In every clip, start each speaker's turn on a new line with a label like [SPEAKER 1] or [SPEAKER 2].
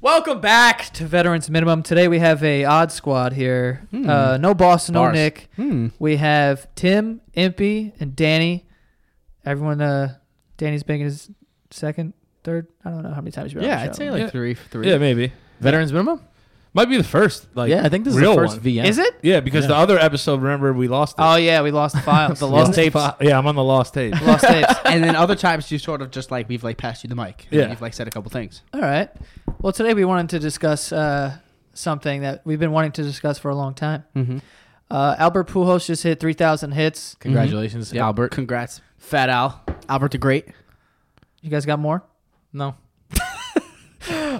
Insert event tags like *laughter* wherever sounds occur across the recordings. [SPEAKER 1] Welcome back to Veterans Minimum. Today we have a odd squad here. Uh, no boss, no
[SPEAKER 2] Bars.
[SPEAKER 1] Nick.
[SPEAKER 3] Hmm.
[SPEAKER 1] We have Tim, Impy, and Danny. Everyone, uh, Danny's been in his second, third. I don't know how many times you've been
[SPEAKER 3] Yeah,
[SPEAKER 1] on the
[SPEAKER 3] I'd
[SPEAKER 1] show.
[SPEAKER 3] say like three, three.
[SPEAKER 4] Yeah, maybe.
[SPEAKER 3] Veterans minimum.
[SPEAKER 4] Might be the first. Like,
[SPEAKER 3] yeah, I think this is
[SPEAKER 4] real
[SPEAKER 3] the first
[SPEAKER 4] one.
[SPEAKER 3] VM.
[SPEAKER 1] Is it?
[SPEAKER 4] Yeah, because the other episode, remember, we lost. It.
[SPEAKER 1] Oh yeah, we lost the files. the *laughs* lost
[SPEAKER 4] tapes. Yeah, I'm on the lost tape.
[SPEAKER 1] lost tapes.
[SPEAKER 3] *laughs* and then other times you sort of just like we've like passed you the mic. And
[SPEAKER 4] Yeah.
[SPEAKER 3] you've like said a couple things.
[SPEAKER 1] *laughs* All right. Well, today we wanted to discuss uh, something that we've been wanting to discuss for a long time.
[SPEAKER 3] Mhm.
[SPEAKER 1] Uh, Albert Pujols just hit 3,000 hits.
[SPEAKER 3] Congratulations, Albert. Congrats, Fat Al, Albert the Great.
[SPEAKER 1] You guys got more?
[SPEAKER 3] No,
[SPEAKER 1] *laughs*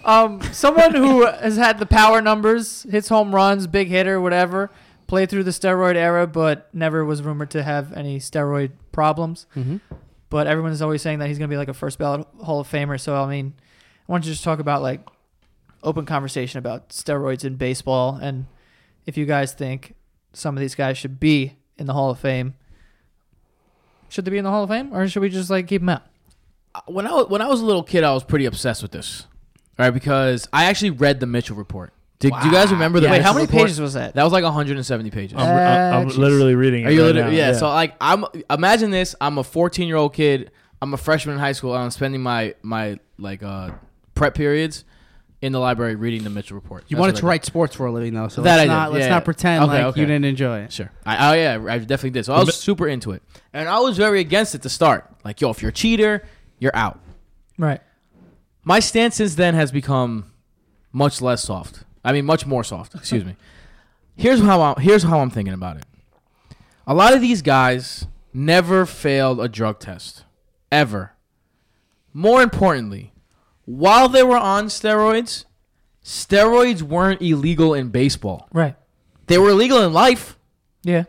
[SPEAKER 1] Um, someone who has had the power numbers, hits home runs, big hitter, whatever, played through the steroid era, but never was rumored to have any steroid problems. But everyone's always saying that he's going to be like a first ballot Hall of Famer. So, I mean, I want to just talk about like open conversation about steroids in baseball and if you guys think some of these guys should be in the Hall of Fame. Should they be in the Hall of Fame or should we just like keep them out?
[SPEAKER 5] Uh, when I wa- when I was a little kid, I was pretty obsessed with this, right? Because I actually read the Mitchell report. Do, do you guys remember the?
[SPEAKER 1] Wait, how
[SPEAKER 5] Mitchell
[SPEAKER 1] many
[SPEAKER 5] report?
[SPEAKER 1] pages was that?
[SPEAKER 5] That was like 170 pages.
[SPEAKER 4] I'm, I'm- I'm
[SPEAKER 1] jeez.
[SPEAKER 4] literally reading it.
[SPEAKER 5] Are you
[SPEAKER 4] Oh, right
[SPEAKER 5] literally?
[SPEAKER 4] now,
[SPEAKER 5] Yeah, So like, I'm imagine this. I'm a 14 year old kid. I'm a freshman in high school, and I'm spending my my like uh prep periods in the library reading the Mitchell report.
[SPEAKER 3] you
[SPEAKER 5] That's
[SPEAKER 3] wanted
[SPEAKER 5] what
[SPEAKER 3] to
[SPEAKER 5] I
[SPEAKER 3] write sports for a living though, so
[SPEAKER 5] That
[SPEAKER 3] let's
[SPEAKER 5] I did,
[SPEAKER 3] not let's
[SPEAKER 5] yeah.
[SPEAKER 3] not pretend
[SPEAKER 5] Okay,
[SPEAKER 3] like
[SPEAKER 5] okay.
[SPEAKER 3] you didn't enjoy it.
[SPEAKER 5] did. Sure. I, oh yeah, I definitely did. So I was super into it, and I was very against it to start. Like, yo, if you're a cheater, you're out.
[SPEAKER 1] Right.
[SPEAKER 5] my stance since then has become much less soft. I mean, much more soft. Excuse me. Here's how I'm, here's how I'm thinking about it. A lot of these guys never failed a drug test, ever. More importantly, while they were on steroids, steroids weren't illegal in baseball.
[SPEAKER 1] Right.
[SPEAKER 5] They were illegal in life
[SPEAKER 1] Yeah.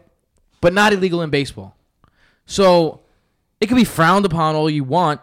[SPEAKER 5] but not illegal in baseball. So it can be frowned upon all you want,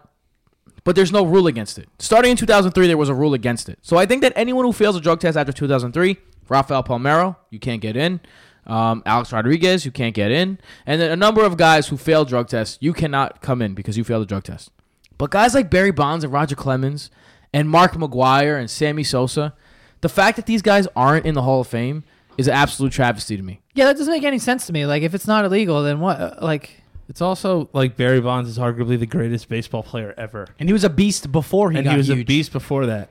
[SPEAKER 5] but there's no rule against it. Starting in 2003, there was a rule against it. So I think that anyone who fails a drug test after 2003, Rafael Palmero, you can't get in. Um, Alex Rodriguez, you can't get in. And then a number of guys who failed drug tests, you cannot come in because you failed a drug test. But guys like Barry Bonds and Roger Clemens and Mark McGuire and Sammy Sosa, the fact that these guys aren't in the Hall of Fame is an absolute travesty to me.
[SPEAKER 1] Yeah, that doesn't make any sense to me. Like, if it's not illegal, then what? Uh, Like,
[SPEAKER 4] It's also like Barry Bonds is arguably the greatest baseball player ever,
[SPEAKER 3] And he was a beast before he
[SPEAKER 4] and
[SPEAKER 3] got
[SPEAKER 4] he was a
[SPEAKER 3] huge.
[SPEAKER 4] beast before that.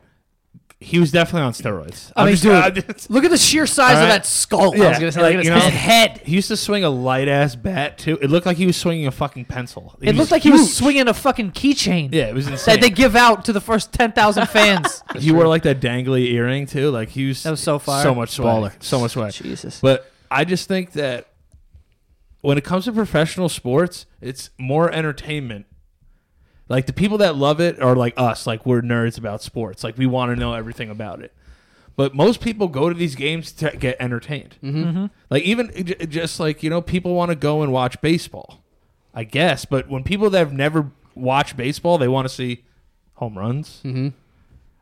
[SPEAKER 4] He was definitely on steroids.
[SPEAKER 1] I
[SPEAKER 4] I'm
[SPEAKER 1] mean,
[SPEAKER 4] just-
[SPEAKER 1] dude,
[SPEAKER 4] I'm just-
[SPEAKER 1] look at the sheer size
[SPEAKER 4] All
[SPEAKER 1] of
[SPEAKER 4] right.
[SPEAKER 1] that skull. I was
[SPEAKER 4] Yeah,
[SPEAKER 1] gonna say,
[SPEAKER 4] like,
[SPEAKER 1] look
[SPEAKER 4] you
[SPEAKER 1] at
[SPEAKER 4] know,
[SPEAKER 1] his, his head.
[SPEAKER 4] *laughs* He used to swing a light ass bat too. It looked like he was swinging a fucking pencil.
[SPEAKER 1] It looked like he was
[SPEAKER 4] huge.
[SPEAKER 1] swinging a fucking keychain
[SPEAKER 4] Yeah,
[SPEAKER 1] *laughs*
[SPEAKER 4] it was insane.
[SPEAKER 1] that they give out to the first ten
[SPEAKER 4] *laughs*
[SPEAKER 1] thousand fans.
[SPEAKER 4] he wore like that dangly earring too. Like he was
[SPEAKER 1] That was so fire.
[SPEAKER 4] so much swag,
[SPEAKER 5] Baller.
[SPEAKER 4] so much swag.
[SPEAKER 1] Jesus.
[SPEAKER 4] But I just think that when it comes to professional sports, it's more entertainment. Like the people that love it are like us, like we're nerds about sports. Like we want to know everything about it. But most people go to these games to get entertained. Mm-hmm. Like even j- just like you know, people want to go and watch baseball. I guess, but when people that have never watched baseball, they want to see home runs. Mm-hmm.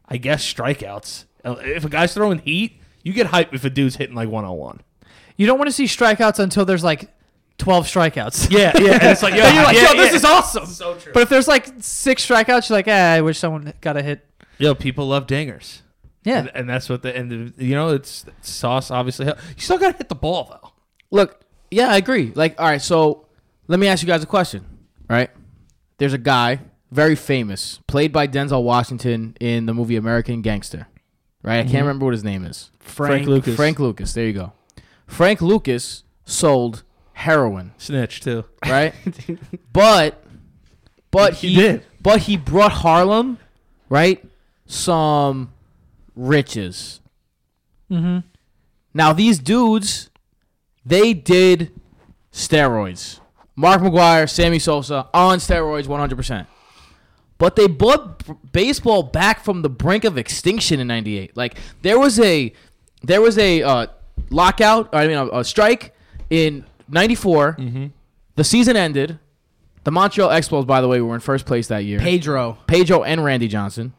[SPEAKER 4] I guess strikeouts. Uh, If a guy's throwing heat, you get hype if a dude's hitting like one on one.
[SPEAKER 1] You don't want to see strikeouts until there's like 12 strikeouts. *laughs*
[SPEAKER 4] Yeah, yeah. And *laughs* it's like, yo,
[SPEAKER 1] And you're like,
[SPEAKER 4] yeah,
[SPEAKER 1] yo, this
[SPEAKER 4] yeah.
[SPEAKER 1] is awesome.
[SPEAKER 4] So true.
[SPEAKER 1] But if there's like six strikeouts, you're like, eh, I wish someone got a hit.
[SPEAKER 4] Yo, people love dingers.
[SPEAKER 1] Yeah.
[SPEAKER 4] And, and that's what the and the, you know it's sauce obviously. help- You still gotta hit the ball though.
[SPEAKER 5] Look, yeah, I agree. Like, all right, so let me ask you guys a question. All right, there's a guy very famous, played by Denzel Washington in the movie American Gangster. Right, I can't remember what his name is.
[SPEAKER 4] Frank Lucas.
[SPEAKER 5] Frank Lucas. There you go. Frank Lucas sold heroin.
[SPEAKER 4] Snitch too.
[SPEAKER 5] Right, but but he,
[SPEAKER 4] He did.
[SPEAKER 5] But he brought Harlem, right? Some riches.
[SPEAKER 1] Mhm.
[SPEAKER 5] Now these dudes, they did steroids. Mark McGuire, Sammy Sosa on steroids, one hundred percent. But they brought b- baseball back from the brink of extinction in '98. Like there was a there was a uh, lockout. I mean, a, a strike in '94. The season ended. The Montreal Expos, by the way, were in first place that year.
[SPEAKER 3] Pedro.
[SPEAKER 5] Pedro and Randy Johnson.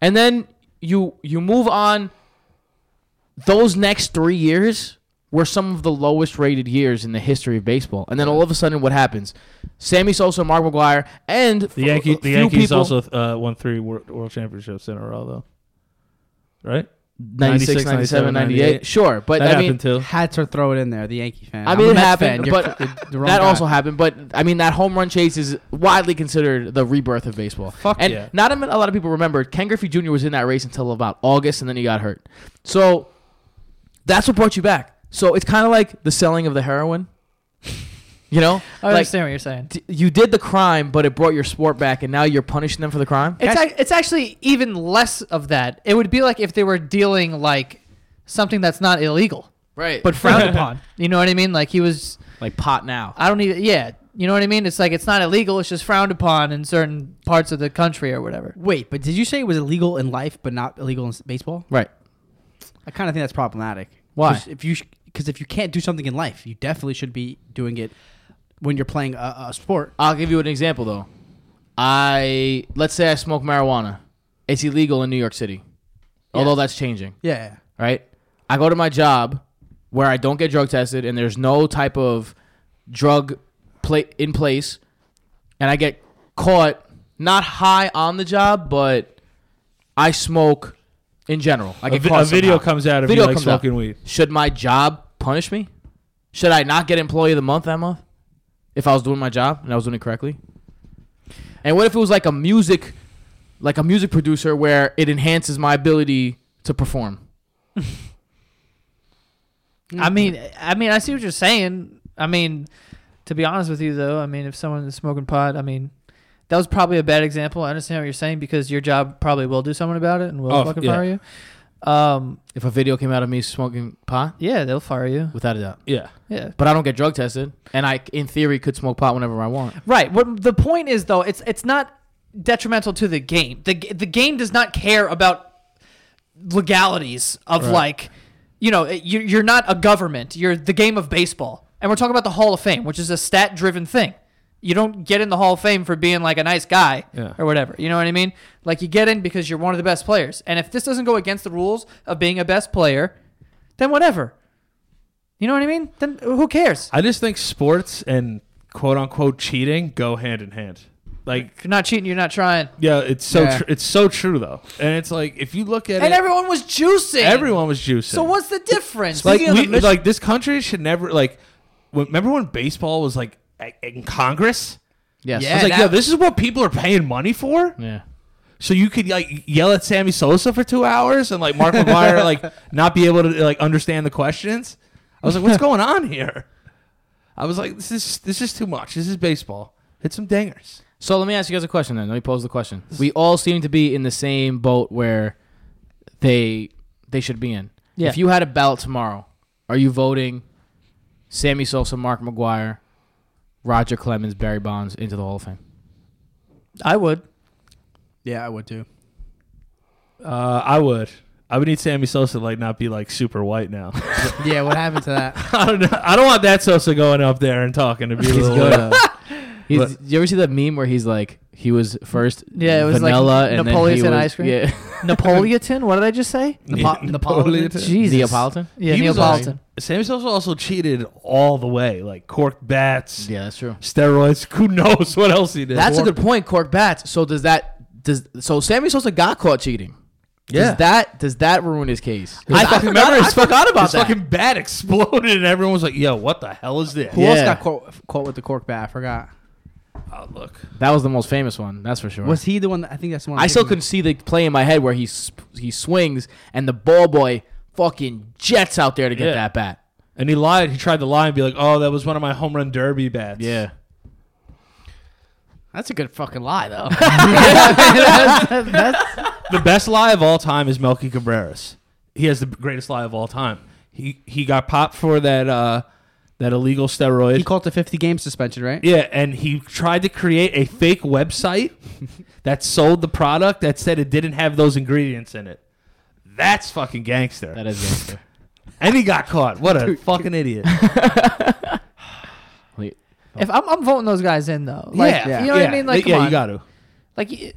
[SPEAKER 5] And then you you move on those next 3 years were some of the lowest rated years in the history of baseball. And then all of a sudden what happens? Sammy Sosa, Mark McGuire,
[SPEAKER 4] *laughs*
[SPEAKER 5] and
[SPEAKER 4] The Yankees. The Yankees also uh, won three world, world championships in a row though. Right.
[SPEAKER 5] 96, 97, 98. Sure, but
[SPEAKER 4] that
[SPEAKER 5] I mean
[SPEAKER 4] happened too.
[SPEAKER 3] Had to throw it in there, the Yankee fan.
[SPEAKER 5] I
[SPEAKER 3] I'm
[SPEAKER 5] mean,
[SPEAKER 3] a
[SPEAKER 5] it
[SPEAKER 3] Mets
[SPEAKER 5] happened,
[SPEAKER 3] fan. You're
[SPEAKER 5] but
[SPEAKER 3] fucking the wrong
[SPEAKER 5] that
[SPEAKER 3] guy.
[SPEAKER 5] also happened. But I mean, that home run chase is widely considered the rebirth of baseball. Fuck and
[SPEAKER 4] yeah.
[SPEAKER 5] not a min- a lot of people remember Ken Griffey Jr. was in that race until about August, and then he got hurt. So that's what brought you back. So it's kind of like the selling of the heroin. You *laughs* know,
[SPEAKER 1] I
[SPEAKER 5] like
[SPEAKER 1] understand what you're saying.
[SPEAKER 5] d- you did the crime, but it brought your sport back, and now you're punishing them for the crime.
[SPEAKER 1] It's, ac it's actually even less of that. It would be like if they were dealing like something that's not illegal,
[SPEAKER 5] right,
[SPEAKER 1] but *laughs* frowned upon. You know what I mean? Like he was,
[SPEAKER 5] like pot now.
[SPEAKER 1] I don't even, yeah. You know what I mean? It's like it's not illegal. It's just frowned upon in certain parts of the country or whatever.
[SPEAKER 3] Wait, but did you say it was illegal in life, but not illegal in s- baseball?
[SPEAKER 5] Right.
[SPEAKER 3] I kind of think that's problematic.
[SPEAKER 5] Why?
[SPEAKER 3] 'Cause If you because if you can't do something in life, you definitely should be doing it when you're playing a, a sport.
[SPEAKER 5] I'll give you an example though. I let's say I smoke marijuana. It's illegal in New York City. Although that's changing,
[SPEAKER 3] Yeah.
[SPEAKER 5] right? I go to my job where I don't get drug tested and there's no type of drug play in place and I get caught not high on the job, but I smoke in general. I
[SPEAKER 4] A,
[SPEAKER 5] get
[SPEAKER 4] vi-
[SPEAKER 5] caught
[SPEAKER 4] a video
[SPEAKER 5] somehow.
[SPEAKER 4] comes out of
[SPEAKER 5] Video
[SPEAKER 4] you like
[SPEAKER 5] comes out.
[SPEAKER 4] smoking weed.
[SPEAKER 5] Should my job punish me? Should I not get employee of the month that month? If I was doing my job and I was doing it correctly? And what if it was like a music like a music producer where it enhances my ability to perform?
[SPEAKER 1] I mean, I mean, I see what you're saying. I mean, to be honest with you, though, I mean, if someone is smoking pot, I mean, that was probably a bad example. I understand what you're saying because your job probably will do something about it and will
[SPEAKER 4] Oh,
[SPEAKER 1] fucking
[SPEAKER 4] yeah.
[SPEAKER 1] fire you. Um,
[SPEAKER 5] If a video came out of me smoking pot,
[SPEAKER 1] yeah, they'll fire you.
[SPEAKER 5] without a doubt.
[SPEAKER 4] Yeah.
[SPEAKER 1] Yeah,
[SPEAKER 5] But I don't get drug tested, and I, in theory, could smoke pot whenever I want.
[SPEAKER 1] right. What the point is though, it's it's not detrimental to the game. the g- The game does not care about legalities of like, you know, it- you- you're not a government. You're the game of baseball, and we're talking about the Hall of Fame, which is a stat driven thing. You don't get in the Hall of Fame for being like a nice guy
[SPEAKER 4] Yeah.
[SPEAKER 1] or whatever. You know what I mean? Like you get in because you're one of the best players. And if this doesn't go against the rules of being a best player, then whatever. You know what I mean? Then who cares?
[SPEAKER 4] I just think sports and quote unquote cheating go hand in hand. Like
[SPEAKER 1] If you're not cheating, you're not trying.
[SPEAKER 4] yeah, it's so
[SPEAKER 3] Yeah.
[SPEAKER 4] tr- it's so true though. And it's like if you look at
[SPEAKER 1] and
[SPEAKER 4] it,
[SPEAKER 1] everyone was juicing.
[SPEAKER 4] everyone was juicing.
[SPEAKER 1] So what's the difference?
[SPEAKER 4] like we, like this country should never like. When, remember when baseball was like a- in Congress?
[SPEAKER 5] Yes.
[SPEAKER 4] I
[SPEAKER 3] Yeah.
[SPEAKER 4] was like,
[SPEAKER 3] that-
[SPEAKER 4] yo, this is what people are paying money for.
[SPEAKER 5] Yeah.
[SPEAKER 4] So you could like yell at Sammy Sosa for two hours and like Mark *laughs* McGuire like not be able to like understand the questions. I was like, *laughs* what's going on here? I was like, this is this is too much. This is baseball. Hit some dingers.
[SPEAKER 5] So let me ask you guys a question then. Let me pose the question. We all seem to be in the same boat where they they should be in.
[SPEAKER 1] Yeah.
[SPEAKER 5] If you had a ballot tomorrow, are you voting Sammy Sosa, Mark McGuire, Roger Clemens, Barry Bonds into the Hall of
[SPEAKER 1] *laughs*
[SPEAKER 5] Fame.
[SPEAKER 1] I would.
[SPEAKER 3] Yeah, I would too.
[SPEAKER 4] Uh, I would. I would need Sammy Sosa to like not be like super white now.
[SPEAKER 3] Yeah, what happened to that?
[SPEAKER 4] *laughs* I don't know. I don't want that Sosa going up there and talking *laughs* to be a little.
[SPEAKER 5] good. *laughs* He's,
[SPEAKER 4] What?
[SPEAKER 5] you ever see that meme where he's like he was first
[SPEAKER 1] Yeah, it was like
[SPEAKER 5] vanilla and
[SPEAKER 1] Napoleon
[SPEAKER 5] then he was,
[SPEAKER 1] ice cream. *laughs*
[SPEAKER 5] Yeah,
[SPEAKER 1] Napolitan? What did I just say?
[SPEAKER 3] Napo- Napoleon.
[SPEAKER 1] Jesus.
[SPEAKER 5] Neapolitan.
[SPEAKER 1] Yeah,
[SPEAKER 4] He was
[SPEAKER 1] Neapolitan.
[SPEAKER 4] Sammy Sosa also cheated all the way, like corked bats,
[SPEAKER 5] Yeah, that's true.
[SPEAKER 4] steroids. *laughs* Who knows what else he did?
[SPEAKER 5] That's a
[SPEAKER 4] Or-
[SPEAKER 5] good point, Cork Bats. So does that does so Sammy Sosa got caught cheating?
[SPEAKER 4] Yeah.
[SPEAKER 5] Does that does that ruin his case?
[SPEAKER 4] I fucking remember his fuck-
[SPEAKER 5] forgot about
[SPEAKER 4] his
[SPEAKER 5] that.
[SPEAKER 4] fucking bat *laughs* exploded, and everyone was like, "Yo, what the hell is this?"
[SPEAKER 3] Who else
[SPEAKER 5] Yeah.
[SPEAKER 3] got caught, caught with the cork bat? I forgot.
[SPEAKER 4] Oh, look,
[SPEAKER 5] that was the most famous one, that's for sure.
[SPEAKER 3] Was he the one? That, I think that's the one.
[SPEAKER 5] I
[SPEAKER 3] I'm
[SPEAKER 5] still
[SPEAKER 3] thinking
[SPEAKER 5] can
[SPEAKER 3] of.
[SPEAKER 5] see the play in my head where he sp- he swings and the ball boy fucking jets out there to get
[SPEAKER 4] Yeah.
[SPEAKER 5] that bat.
[SPEAKER 4] and he lied. He tried to lie and be like, "Oh, that was one of my home run derby bats."
[SPEAKER 3] That's a good fucking lie,
[SPEAKER 5] *laughs*
[SPEAKER 3] though. *laughs*
[SPEAKER 4] the best lie of all time is Melky Cabreras. He has the greatest lie of all time. He he got popped for that uh, that illegal steroid.
[SPEAKER 3] he caught the 50 game suspension, right?
[SPEAKER 4] Yeah, and he tried to create a fake
[SPEAKER 5] *laughs*
[SPEAKER 4] website that sold the product that said it didn't have those ingredients in it. That's fucking gangster.
[SPEAKER 5] that is *laughs* gangster.
[SPEAKER 4] and he got caught. What a fucking
[SPEAKER 5] *laughs*
[SPEAKER 4] idiot.
[SPEAKER 5] Wait,
[SPEAKER 1] If I'm, I'm voting those guys in though. Like,
[SPEAKER 4] yeah,
[SPEAKER 1] You know what
[SPEAKER 4] yeah.
[SPEAKER 1] I mean? Like, come
[SPEAKER 4] yeah,
[SPEAKER 1] on.
[SPEAKER 4] you got to.
[SPEAKER 1] like y-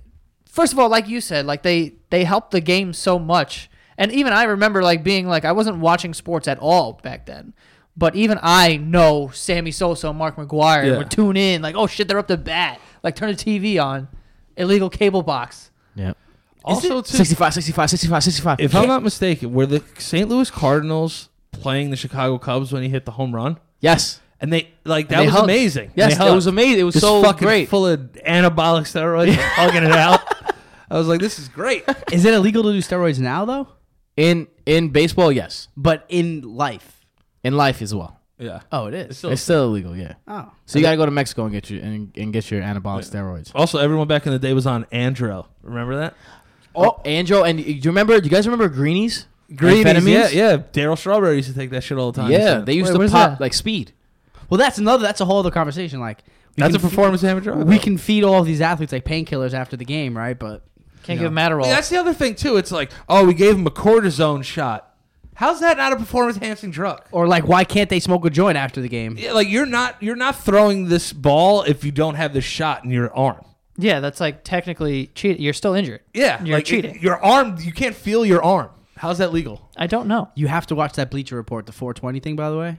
[SPEAKER 1] first of all like you said like they they helped the game so much and even i remember like being like i wasn't watching sports at all back then but even i know sammy sosa and mark mcguire
[SPEAKER 4] Yeah.
[SPEAKER 1] would tune in like oh shit they're up to bat like turn the tv on illegal cable box
[SPEAKER 5] yeah.
[SPEAKER 4] Also, too,
[SPEAKER 5] 65, 65, 65, 65.
[SPEAKER 4] if I'm not mistaken, were the St. Louis Cardinals playing the Chicago Cubs when he hit the home run?
[SPEAKER 5] yes,
[SPEAKER 4] And they like that
[SPEAKER 5] And they
[SPEAKER 4] was
[SPEAKER 5] hugged.
[SPEAKER 4] amazing.
[SPEAKER 5] Yes,
[SPEAKER 4] They
[SPEAKER 5] it
[SPEAKER 4] hugged.
[SPEAKER 5] was amazing. It was
[SPEAKER 4] Just
[SPEAKER 5] so
[SPEAKER 4] fucking
[SPEAKER 5] great.
[SPEAKER 4] full of anabolic steroids,
[SPEAKER 5] *laughs*
[SPEAKER 4] hugging it out. I was like, this is great.
[SPEAKER 3] Is it illegal to do steroids now, though?
[SPEAKER 5] in in baseball, yes.
[SPEAKER 3] But in life.
[SPEAKER 5] In life as well.
[SPEAKER 4] Yeah.
[SPEAKER 3] Oh, it is.
[SPEAKER 4] still-
[SPEAKER 5] It's still illegal, yeah.
[SPEAKER 3] Oh.
[SPEAKER 5] So you got to go to Mexico and get your and, and get your anabolic steroids.
[SPEAKER 4] Also, everyone back in the day was on Andro. Remember that?
[SPEAKER 5] Oh, Andro, and do you remember? Do you guys remember greenies? Amphetamines?
[SPEAKER 4] yeah, yeah. Daryl Strawberry used to take that shit all the time.
[SPEAKER 5] yeah. They used
[SPEAKER 1] Wait, what
[SPEAKER 5] to
[SPEAKER 1] is
[SPEAKER 5] pop
[SPEAKER 1] that?
[SPEAKER 5] like speed.
[SPEAKER 3] Well, that's another. That's a whole other conversation. Like we
[SPEAKER 4] that's a
[SPEAKER 3] can fe-
[SPEAKER 4] performance damage drug.
[SPEAKER 3] We can feed all of these athletes like painkillers after the game, right? But
[SPEAKER 1] can't
[SPEAKER 3] Yeah.
[SPEAKER 1] give Adderall.
[SPEAKER 4] Yeah, that's the other thing too. It's like, oh, we gave him a cortisone shot. How's that not a performance enhancing drug?
[SPEAKER 3] or like, why can't they smoke a joint after the game?
[SPEAKER 4] Yeah, like you're not you're not throwing this ball if you don't have this shot in your arm.
[SPEAKER 1] yeah that's like technically cheat you're still injured
[SPEAKER 4] Yeah,
[SPEAKER 1] you're
[SPEAKER 4] like,
[SPEAKER 1] cheating
[SPEAKER 4] it- your arm, you can't feel your arm. How's that legal?
[SPEAKER 1] i don't know
[SPEAKER 3] You have to watch that Bleacher Report, the 420 thing, by the way.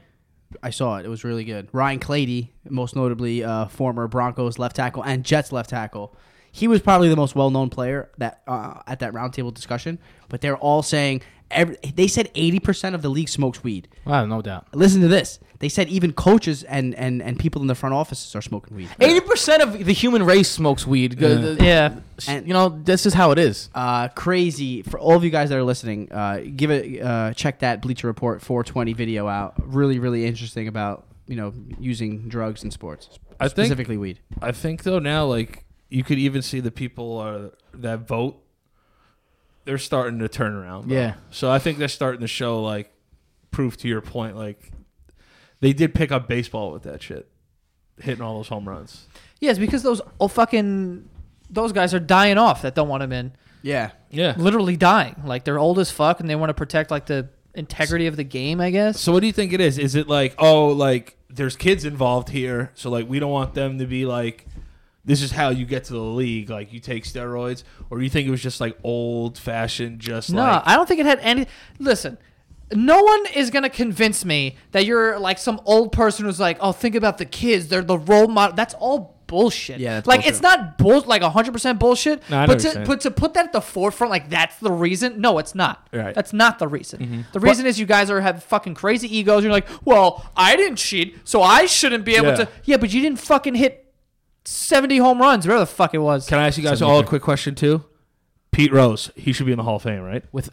[SPEAKER 3] I saw it. It was really good. Ryan Clady, most notably uh, former Broncos left tackle and Jets left tackle, he was probably the most well-known player that uh, at that roundtable discussion. But they're all saying every, they said 80% of the league smokes weed.
[SPEAKER 5] Wow, no doubt.
[SPEAKER 3] Listen to this. They said even coaches and, and, and people in the front offices are smoking weed.
[SPEAKER 5] Eighty percent of the human race smokes weed. Go- the-
[SPEAKER 1] yeah
[SPEAKER 3] And-
[SPEAKER 5] you know this is how it is.
[SPEAKER 3] uh, crazy for all of you guys that are listening. Uh, give it uh, check that Bleacher Report 420 video out. Really, really interesting about you know using drugs in sports,
[SPEAKER 4] I think-
[SPEAKER 3] specifically weed.
[SPEAKER 4] I think though now, like you could even see the people uh, that vote, they're starting to turn around. bro.
[SPEAKER 5] Yeah.
[SPEAKER 4] So I think they're starting to show like proof to your point. Like they did pick up baseball with that shit, hitting all those home runs.
[SPEAKER 1] yeah it's because those oh fucking those guys are dying off that don't want him in
[SPEAKER 3] Yeah,
[SPEAKER 4] Yeah.
[SPEAKER 1] literally dying. Like they're old as fuck, and they want to protect like the integrity of the game. I guess.
[SPEAKER 4] So what do you think it is? Is it like oh like there's kids involved here, so like we don't want them to be like this is how you get to the league, like you take steroids, or you think it was just like old fashioned, just
[SPEAKER 1] No,
[SPEAKER 4] like
[SPEAKER 1] I don't think it had any. Listen, no one is gonna convince me that you're like some old person who's like, oh, think about the kids. They're the role model. That's all bullshit.
[SPEAKER 3] Yeah, that's
[SPEAKER 1] like
[SPEAKER 3] bullshit.
[SPEAKER 1] it's not bull like 100% bullshit
[SPEAKER 4] No, I know
[SPEAKER 1] but
[SPEAKER 4] what you're
[SPEAKER 1] to
[SPEAKER 4] saying.
[SPEAKER 1] but to put that at the forefront like that's the reason no it's not
[SPEAKER 4] Right. Mm-hmm.
[SPEAKER 1] that's not the reason the reason is you guys are have fucking crazy egos you're like well i didn't cheat so i shouldn't be able
[SPEAKER 4] Yeah.
[SPEAKER 1] to yeah but you didn't fucking hit 70 home runs whatever the fuck it was
[SPEAKER 4] Can I ask you guys all a quick question too? Pete Rose, he should be in the Hall of Fame, right?
[SPEAKER 5] With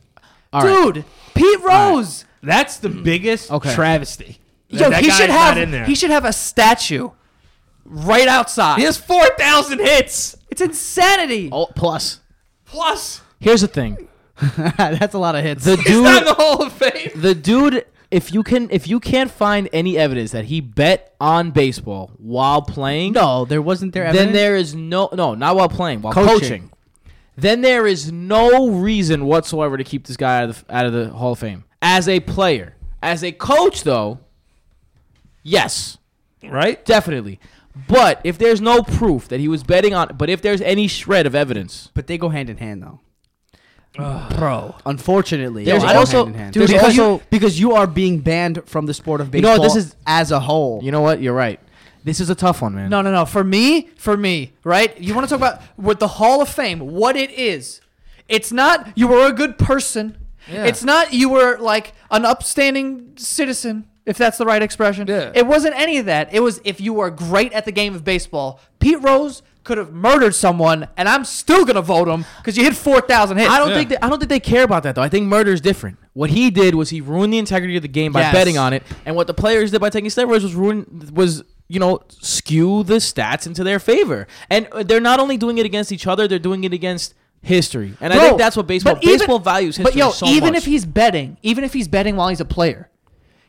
[SPEAKER 5] all right.
[SPEAKER 1] dude pete rose
[SPEAKER 4] That's the biggest
[SPEAKER 5] Okay.
[SPEAKER 4] travesty.
[SPEAKER 1] yo he should have
[SPEAKER 4] in there.
[SPEAKER 1] he should have a statue right outside
[SPEAKER 4] He has four thousand hits
[SPEAKER 1] it's insanity
[SPEAKER 5] Oh, plus,
[SPEAKER 4] plus.
[SPEAKER 5] here's the thing:
[SPEAKER 3] that's a lot of hits.
[SPEAKER 5] the
[SPEAKER 4] He's not in
[SPEAKER 5] dude,
[SPEAKER 4] the Hall of Fame.
[SPEAKER 5] the dude If you can, if you can't find any evidence that he bet on baseball while playing,
[SPEAKER 3] No, there wasn't there.
[SPEAKER 5] then
[SPEAKER 3] Evidence?
[SPEAKER 5] there is no, no, not while playing, while
[SPEAKER 3] Coaching.
[SPEAKER 5] coaching. Then there is no reason whatsoever to keep this guy out of the, out of the Hall of Fame as a player. As a coach, though, yes,
[SPEAKER 4] right?
[SPEAKER 5] definitely. But if there's no proof that he was betting on, but if there's any shred of evidence,
[SPEAKER 3] but they go hand in hand though. Bro, unfortunately,
[SPEAKER 5] There's
[SPEAKER 3] they go
[SPEAKER 5] also-
[SPEAKER 3] hand in hand.
[SPEAKER 5] dude,
[SPEAKER 3] because,
[SPEAKER 5] also-
[SPEAKER 3] you, because you are being banned from the sport of
[SPEAKER 5] You know
[SPEAKER 3] baseball.
[SPEAKER 5] what, this is-
[SPEAKER 3] as a whole.
[SPEAKER 5] you know what? You're right. This is a tough one, man.
[SPEAKER 1] No, no, no. For me, for me, right? You want to talk about with the Hall of Fame, what it is. It's not you were a good person.
[SPEAKER 5] Yeah.
[SPEAKER 1] It's not you were like an upstanding citizen, if that's the right expression.
[SPEAKER 4] Yeah.
[SPEAKER 1] It wasn't any of that. It was if you were great at the game of baseball. Pete Rose could have murdered someone, and I'm still gonna vote him because you hit four thousand hits.
[SPEAKER 5] I don't
[SPEAKER 4] Yeah.
[SPEAKER 5] think they, I don't think they care about that though. I think murder is different. What he did was he ruined the integrity of the game by
[SPEAKER 1] Yes.
[SPEAKER 5] betting on it, and what the players did by taking steroids was ruin was you know skew the stats into their favor. And uh, they're not only doing it against each other, they're doing it against history. And I
[SPEAKER 1] Bro,
[SPEAKER 5] think that's what baseball
[SPEAKER 1] but even-
[SPEAKER 5] baseball values history
[SPEAKER 1] But yo,
[SPEAKER 5] so
[SPEAKER 1] even
[SPEAKER 5] much.
[SPEAKER 1] if he's betting, even if he's betting while he's a player,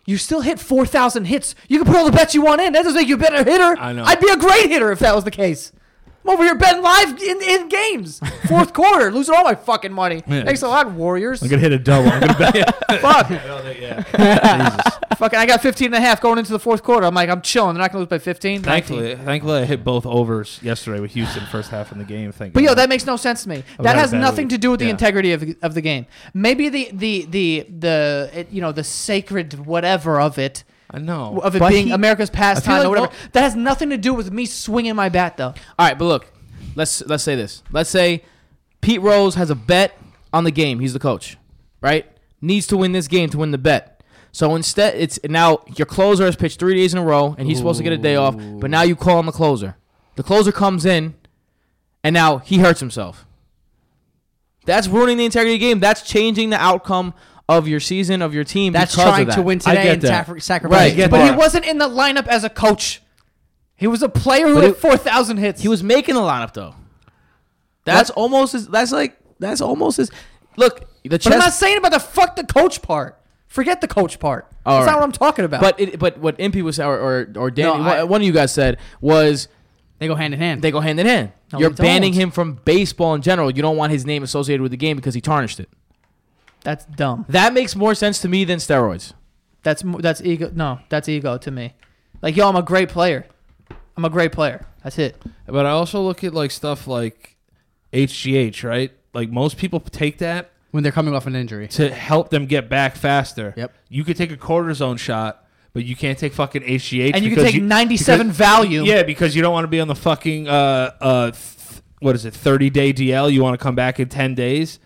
[SPEAKER 1] you still hit four thousand hits. You can put all the bets you want in. That doesn't make you a better hitter.
[SPEAKER 4] I know.
[SPEAKER 1] I'd be a great hitter if that was the case. I'm over here betting live in, in
[SPEAKER 4] *laughs*
[SPEAKER 1] games, fourth quarter, losing all my fucking money.
[SPEAKER 4] Yeah.
[SPEAKER 1] Thanks a lot, Warriors.
[SPEAKER 4] I'm gonna hit a double. I'm gonna *laughs* bet.
[SPEAKER 1] Fuck,
[SPEAKER 4] yeah. *laughs* Jesus.
[SPEAKER 1] fucking, I got 15 and a half going into the fourth quarter. I'm like, I'm chilling. They're not gonna lose by 15. 19.
[SPEAKER 4] Thankfully, thankfully, I hit both overs yesterday with Houston first half in the game. Thank
[SPEAKER 1] But yo,
[SPEAKER 4] God.
[SPEAKER 1] that makes no sense to me. That
[SPEAKER 4] had a
[SPEAKER 1] has
[SPEAKER 4] bad
[SPEAKER 1] nothing
[SPEAKER 4] week.
[SPEAKER 1] to do with the
[SPEAKER 4] Yeah.
[SPEAKER 1] integrity of, of the game. Maybe the the the the it, you know the sacred whatever of it
[SPEAKER 4] I know.
[SPEAKER 1] of it
[SPEAKER 5] But
[SPEAKER 1] being
[SPEAKER 5] he-
[SPEAKER 1] America's pastime
[SPEAKER 5] like
[SPEAKER 1] or whatever.
[SPEAKER 5] mo-
[SPEAKER 1] that has nothing to do with me swinging my bat though.
[SPEAKER 5] All right, but look, let's let's say this. Let's say Pete Rose has a bet on the game. He's the coach, right? Needs to win this game to win the bet. So instead, it's now your closer has pitched three days in a row, and he's supposed to get a day off. But now you call on the closer. The closer comes in, and now he hurts himself. That's ruining the integrity of the game. That's changing the outcome of your season of your team.
[SPEAKER 3] That's
[SPEAKER 5] because of
[SPEAKER 3] trying to
[SPEAKER 5] that.
[SPEAKER 3] win
[SPEAKER 4] I
[SPEAKER 3] today
[SPEAKER 4] get
[SPEAKER 3] and
[SPEAKER 4] that.
[SPEAKER 3] sacri- sacrifice.
[SPEAKER 5] Right, get
[SPEAKER 1] But
[SPEAKER 5] that.
[SPEAKER 1] he wasn't in the lineup as a coach. He was a player who
[SPEAKER 5] But
[SPEAKER 1] hit
[SPEAKER 5] it-
[SPEAKER 1] four thousand hits.
[SPEAKER 5] He was making the lineup though. That's almost as that's like that's almost as look the
[SPEAKER 1] But I'm not
[SPEAKER 5] chess.
[SPEAKER 1] saying about the fuck the coach part. Forget the coach part.
[SPEAKER 5] All
[SPEAKER 1] That's
[SPEAKER 5] right.
[SPEAKER 1] not what I'm talking about.
[SPEAKER 5] But it, but what Impy was or or, or Danny,
[SPEAKER 1] No, I-
[SPEAKER 5] one of you guys said was
[SPEAKER 3] They go hand in hand.
[SPEAKER 5] they go hand in hand.
[SPEAKER 1] No,
[SPEAKER 5] You're
[SPEAKER 1] they don't.
[SPEAKER 5] banning him from baseball in general. You don't want his name associated with the game because he tarnished it.
[SPEAKER 1] that's dumb.
[SPEAKER 5] That makes more sense to me than steroids.
[SPEAKER 1] That's mo- that's ego. No, that's ego to me. Like yo, I'm a great player. I'm a great player. That's it.
[SPEAKER 4] But I also look at like stuff like HGH, right? Like most people take that
[SPEAKER 3] when they're coming off an injury.
[SPEAKER 4] to help them get back faster.
[SPEAKER 3] Yep.
[SPEAKER 4] You could take a cortisone shot, but you can't take fucking HGH.
[SPEAKER 1] And you can
[SPEAKER 4] because
[SPEAKER 1] take 97 value.
[SPEAKER 4] Yeah, because you don't want to be on the fucking uh uh th- what is it thirty day DL. You want to come back in ten days.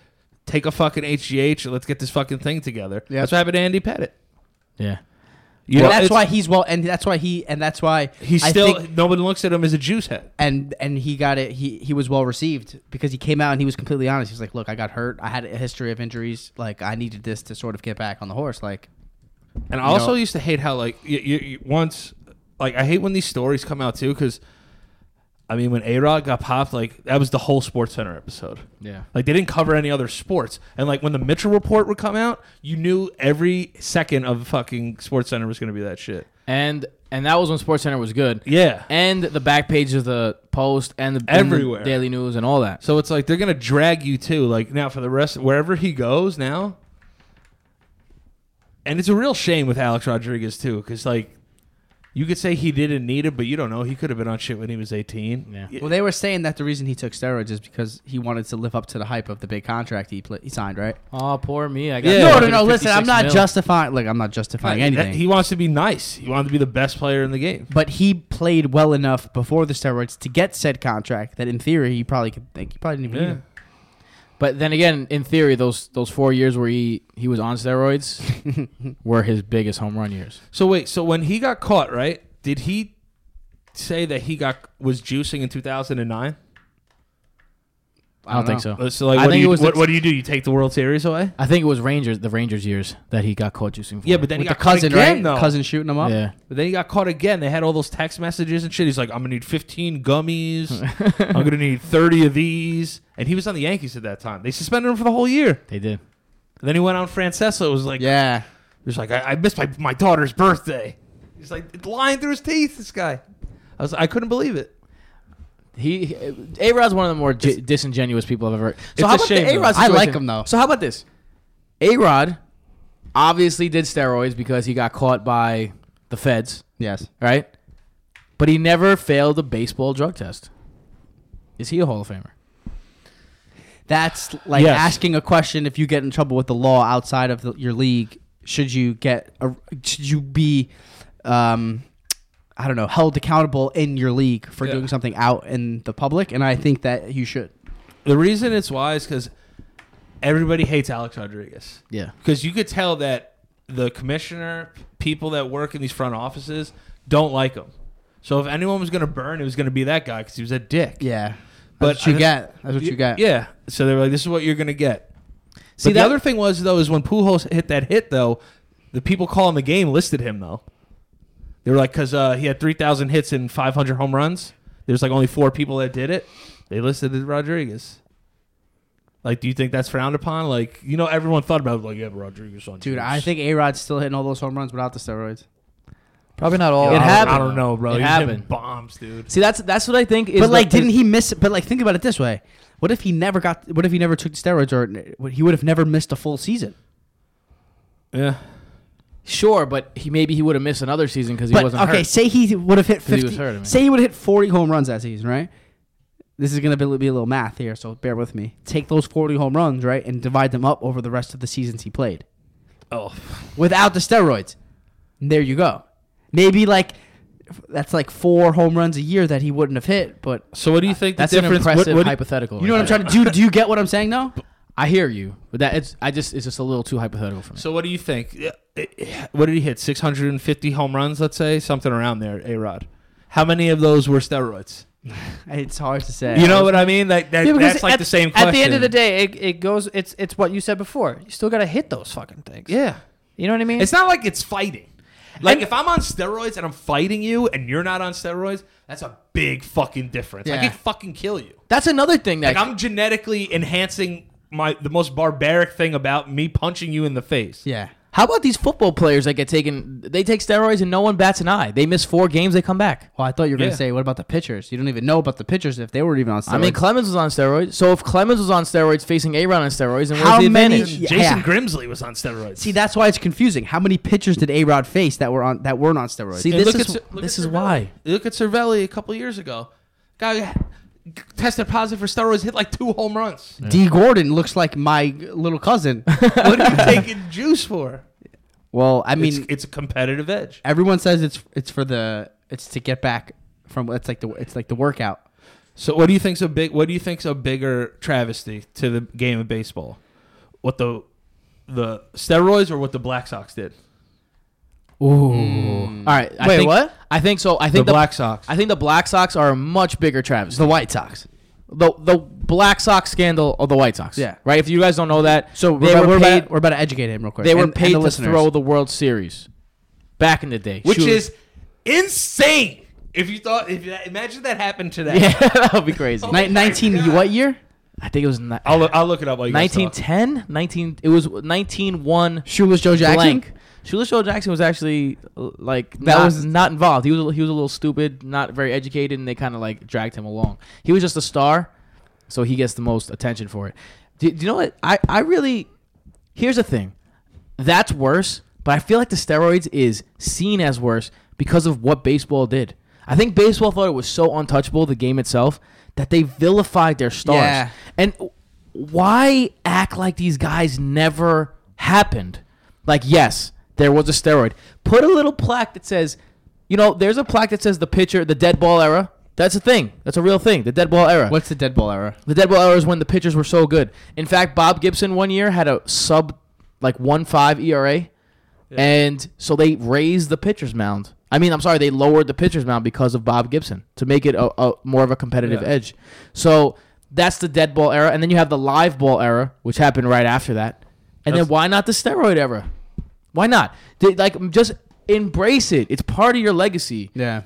[SPEAKER 4] Take a fucking HGH and let's get this fucking thing together. That's what happened to Andy Pettit.
[SPEAKER 5] Yeah.
[SPEAKER 4] You
[SPEAKER 3] And
[SPEAKER 4] know,
[SPEAKER 3] that's
[SPEAKER 4] it's-
[SPEAKER 3] why he's well, and that's why he, and that's why
[SPEAKER 4] he's
[SPEAKER 3] I
[SPEAKER 4] still
[SPEAKER 3] think-
[SPEAKER 4] nobody looks at him as a juice head.
[SPEAKER 3] and and he got it. He he was well received because he came out and he was completely honest. He was like, "Look, I got hurt. I had a history of injuries. Like, I needed this to sort of get back on the horse. Like,
[SPEAKER 4] And I also
[SPEAKER 3] know-
[SPEAKER 4] used to hate how like you, you, you, once like I hate when these stories come out too because I mean when A Rod got popped like that was the whole Sports Center episode.
[SPEAKER 5] Yeah.
[SPEAKER 4] Like they didn't cover any other sports, and like when the Mitchell report would come out, you knew every second of fucking Sports Center was going to be that shit.
[SPEAKER 5] And and that was when SportsCenter was good.
[SPEAKER 4] Yeah.
[SPEAKER 5] And the back page of the Post and the,
[SPEAKER 4] Everywhere.
[SPEAKER 5] and the Daily News and all that.
[SPEAKER 4] So it's like they're going to drag you too. Like now for the rest, wherever he goes now, and it's a real shame with Alex Rodriguez too, because like. You could say he didn't need it, but you don't know. He could have been on shit when he was 18.
[SPEAKER 5] Yeah.
[SPEAKER 3] well, they were saying that the reason he took steroids is because he wanted to live up to the hype of the big contract he pla he signed, right?
[SPEAKER 5] Oh, poor me. I got
[SPEAKER 4] Yeah.
[SPEAKER 3] No, no,
[SPEAKER 5] fucking
[SPEAKER 3] no. Listen, I'm
[SPEAKER 5] 56
[SPEAKER 3] not
[SPEAKER 5] mil.
[SPEAKER 3] justifying. Like, I'm not justifying
[SPEAKER 4] Like,
[SPEAKER 3] anything.
[SPEAKER 4] He wants to be nice. He wanted to be the best player in the game.
[SPEAKER 3] but he played well enough before the steroids to get said contract that in theory he probably could think he probably didn't even need
[SPEAKER 4] Yeah.
[SPEAKER 3] him.
[SPEAKER 5] But then again, in theory, those those four years where he he was on steroids *laughs* were his biggest home run years.
[SPEAKER 4] So wait, so when he got caught, right? Did he say that he got was juicing in 2009?
[SPEAKER 5] I don't, think so.
[SPEAKER 4] So like,
[SPEAKER 5] I
[SPEAKER 4] what, do
[SPEAKER 5] think
[SPEAKER 4] you,
[SPEAKER 5] it was the
[SPEAKER 4] what,
[SPEAKER 5] t-
[SPEAKER 4] what do you do? You take the World Series away?
[SPEAKER 5] I think it was Rangers, the Rangers years that he got caught juicing. For.
[SPEAKER 4] Yeah, but then
[SPEAKER 3] With
[SPEAKER 4] he
[SPEAKER 3] the
[SPEAKER 4] got caught
[SPEAKER 3] cousin,
[SPEAKER 4] again,
[SPEAKER 3] right?
[SPEAKER 4] though.
[SPEAKER 3] Cousin shooting him up.
[SPEAKER 5] yeah,
[SPEAKER 4] But then he got caught again. They had all those text messages and shit. He's like, I'm gonna need 15 gummies. I'm gonna need 30 of these. And he was on the Yankees at that time. They suspended him for the whole year.
[SPEAKER 5] they did.
[SPEAKER 4] And then he went on Francesa. It was like,
[SPEAKER 3] Yeah.
[SPEAKER 4] He's like, I, I missed my, my daughter's birthday. He's like lying through his teeth. This guy, I was I couldn't believe it.
[SPEAKER 5] He A Rod's one of the more j- disingenuous people I've ever.
[SPEAKER 4] It's
[SPEAKER 5] So how
[SPEAKER 4] a
[SPEAKER 5] about
[SPEAKER 4] shame,
[SPEAKER 5] the A Rod?
[SPEAKER 3] though. I like him, though.
[SPEAKER 5] So how about this? A Rod obviously did steroids because he got caught by the feds,
[SPEAKER 3] Yes.
[SPEAKER 5] right? But he never failed a baseball drug test. Is he a Hall of Famer?
[SPEAKER 3] That's like
[SPEAKER 4] Yes.
[SPEAKER 3] asking a question if you get in trouble with the law outside of the, your league, should you get a, should you be um I don't know, held accountable in your league for
[SPEAKER 4] Yeah.
[SPEAKER 3] doing something out in the public and I think that you should.
[SPEAKER 4] The reason it's why is because everybody hates Alex Rodriguez.
[SPEAKER 3] Yeah.
[SPEAKER 4] because you could tell that the commissioner, people that work in these front offices, don't like him. So if anyone was going to burn, it was going to be that guy because he was a dick.
[SPEAKER 3] Yeah.
[SPEAKER 4] But
[SPEAKER 3] That's what you
[SPEAKER 4] I-
[SPEAKER 3] get. That's what you get.
[SPEAKER 4] Yeah. So they were like, "This is what you're going to get." See,
[SPEAKER 5] that-
[SPEAKER 4] the other thing was though is when Pujols hit that hit though, the people calling the game listed him though. They were like, because uh, he had three thousand hits and five hundred home runs. There's like only four people that did it. They listed it Rodriguez. Like, do you think that's frowned upon? Like, you know, everyone thought about it, like, yeah, but Rodriguez on.
[SPEAKER 3] Dude,
[SPEAKER 4] juice.
[SPEAKER 3] I think A Rod's still hitting all those home runs without the steroids.
[SPEAKER 1] Probably not all.
[SPEAKER 5] It
[SPEAKER 4] I don't-
[SPEAKER 5] happened.
[SPEAKER 4] I don't know, bro.
[SPEAKER 5] It
[SPEAKER 4] He's hitting
[SPEAKER 5] happened.
[SPEAKER 4] bombs, dude.
[SPEAKER 5] See, that's that's what I think is.
[SPEAKER 3] But
[SPEAKER 5] the-
[SPEAKER 3] like, didn't he miss? But like, think about it this way: What if he never got? What if he never took steroids, or he would have never missed a full season?
[SPEAKER 4] Yeah.
[SPEAKER 5] Sure, but he maybe he would have missed another season because he
[SPEAKER 3] but
[SPEAKER 5] wasn't
[SPEAKER 3] okay,
[SPEAKER 5] hurt.
[SPEAKER 3] say he would have hit
[SPEAKER 5] 'Cause he
[SPEAKER 3] fifty.
[SPEAKER 5] was hurt, I mean.
[SPEAKER 3] Say he would have hit forty home runs that season, right? This is gonna be, be a little math here, so bear with me. Take those forty home runs, right, and divide them up over the rest of the seasons he played
[SPEAKER 4] Oh,
[SPEAKER 3] without the steroids. And there you go. Maybe like that's like four home runs a year that he wouldn't have hit. But
[SPEAKER 4] so what do you think?
[SPEAKER 5] That's
[SPEAKER 4] the
[SPEAKER 5] an
[SPEAKER 4] difference?
[SPEAKER 5] impressive
[SPEAKER 4] what, what,
[SPEAKER 5] hypothetical.
[SPEAKER 3] you know what I'm trying to do. Do you get what I'm saying? though?
[SPEAKER 5] I hear you, but that it's I just it's just a little too hypothetical for me.
[SPEAKER 4] So what do you think? Yeah, it- it- What did he hit? 650 home runs, let's say, something around there, A-Rod. How many of those were steroids?
[SPEAKER 3] *laughs* it's hard to say.
[SPEAKER 4] You know what I mean? Like that,
[SPEAKER 1] Yeah, because
[SPEAKER 4] that's like
[SPEAKER 1] at-
[SPEAKER 4] the same question.
[SPEAKER 1] At the end of the day, it, it goes. It's it's what you said before. You still got to hit those fucking things.
[SPEAKER 4] Yeah.
[SPEAKER 1] You know what I mean?
[SPEAKER 4] It's not like it's fighting. Like if I'm on steroids and I'm fighting you and you're not on steroids, that's a big fucking difference. I
[SPEAKER 3] Yeah.
[SPEAKER 4] could fucking kill you.
[SPEAKER 5] That's another thing that
[SPEAKER 4] Like I'm genetically enhancing my the most barbaric thing about me punching you in the face.
[SPEAKER 3] Yeah.
[SPEAKER 5] How about these football players that get taken? They take steroids and no one bats an eye. They miss four games, they come back.
[SPEAKER 3] Well, I thought you were going to
[SPEAKER 4] Yeah.
[SPEAKER 3] say, what about the pitchers? You don't even know about the pitchers if they were even on steroids.
[SPEAKER 5] I mean, Clemens was on steroids. So if Clemens was on steroids, facing Aaron on steroids, then
[SPEAKER 3] How
[SPEAKER 5] where's the
[SPEAKER 3] many-
[SPEAKER 5] advantage?
[SPEAKER 3] Yeah.
[SPEAKER 4] Jason Grimsley was on steroids.
[SPEAKER 3] see, that's why it's confusing. How many pitchers did A Rod face that were on that weren't on steroids?
[SPEAKER 5] See,
[SPEAKER 4] And
[SPEAKER 5] this
[SPEAKER 4] look
[SPEAKER 5] is
[SPEAKER 4] at Cer- look
[SPEAKER 5] this
[SPEAKER 4] at
[SPEAKER 5] is
[SPEAKER 4] Cervelli.
[SPEAKER 5] why.
[SPEAKER 4] Look at Cervelli a couple years ago. Guy g- tested positive for steroids, hit like two home runs.
[SPEAKER 3] D Gordon looks like my little
[SPEAKER 5] *laughs*
[SPEAKER 3] cousin.
[SPEAKER 4] what are you taking juice for?
[SPEAKER 3] well, I mean,
[SPEAKER 4] it's, it's a competitive edge.
[SPEAKER 3] everyone says it's it's for the it's to get back from it's like the it's like the workout.
[SPEAKER 4] So, what do you think's a big? What do you think's a bigger travesty to the game of baseball? What the the steroids or what the Black Sox did?
[SPEAKER 5] All right. I
[SPEAKER 3] Wait,
[SPEAKER 5] think-
[SPEAKER 3] what?
[SPEAKER 5] I think so. I think the,
[SPEAKER 4] Black Sox.
[SPEAKER 5] I think the Black Sox are a much bigger
[SPEAKER 3] It's
[SPEAKER 5] travesty.
[SPEAKER 3] the White Sox.
[SPEAKER 5] The the Black Sox scandal of the White Sox.
[SPEAKER 3] Yeah.
[SPEAKER 5] Right. If you guys don't know that,
[SPEAKER 3] So we're,
[SPEAKER 5] they
[SPEAKER 3] about,
[SPEAKER 5] were
[SPEAKER 3] we're,
[SPEAKER 5] paid.
[SPEAKER 3] about, we're about to educate him real quick.
[SPEAKER 5] they were
[SPEAKER 3] And- and
[SPEAKER 5] paid
[SPEAKER 3] the
[SPEAKER 5] to
[SPEAKER 3] listeners.
[SPEAKER 5] throw the World Series back in the day,
[SPEAKER 4] Which
[SPEAKER 5] Shoot.
[SPEAKER 4] is insane. If you thought, if that, imagine that happened today.
[SPEAKER 5] *laughs* yeah, that would be crazy.
[SPEAKER 3] *laughs* Ni- nineteen.
[SPEAKER 4] God.
[SPEAKER 3] What year?
[SPEAKER 5] I think it was ni-
[SPEAKER 4] I'll, look- I'll look it up while you guys talk.
[SPEAKER 5] 1910, 19 it was 191
[SPEAKER 3] Shoeless Joe Jackson.
[SPEAKER 5] blank. Shoeless Joe Jackson was actually uh, like
[SPEAKER 3] That
[SPEAKER 5] not,
[SPEAKER 3] was-
[SPEAKER 5] not involved. He was a- he was a little stupid, not very educated, and they kind of like dragged him along. He was just a star, so he gets the most attention for it. Do, do you know what? I I really here's the thing, that's worse, but I feel like the steroids is seen as worse because of what baseball did. I think baseball thought it was so untouchable, the game itself, that they vilified their stars.
[SPEAKER 3] Yeah.
[SPEAKER 5] And why act like these guys never happened? Like, yes, there was a steroid. Put a little plaque that says, you know, there's a plaque that says the pitcher, the dead ball era. That's a thing. That's a real thing. The dead ball era.
[SPEAKER 3] What's the dead ball era?
[SPEAKER 5] The dead ball era is when the pitchers were so good. In fact, Bob Gibson one year had a sub like one five ERA, and so they raised the pitcher's mound. I mean, I'm sorry, they lowered the pitcher's mound because of Bob Gibson to make it a, a more of a competitive
[SPEAKER 4] Yeah.
[SPEAKER 5] edge. So that's the dead ball era, and then you have the live ball era, which happened right after that. And then
[SPEAKER 4] That's-
[SPEAKER 5] why not the steroid era? Why not? They, like just embrace it. It's part of your legacy
[SPEAKER 3] Yeah.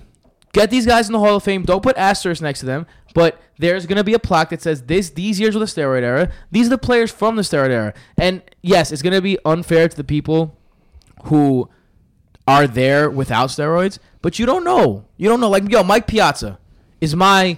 [SPEAKER 5] get these guys in the Hall of Fame. Don't put asterisks next to them, but there's gonna be a plaque that says this these years were the steroid era. These are the players from the steroid era. And yes, it's gonna be unfair to the people who are there without steroids, but you don't know. You don't know. Like, yo, Mike Piazza is my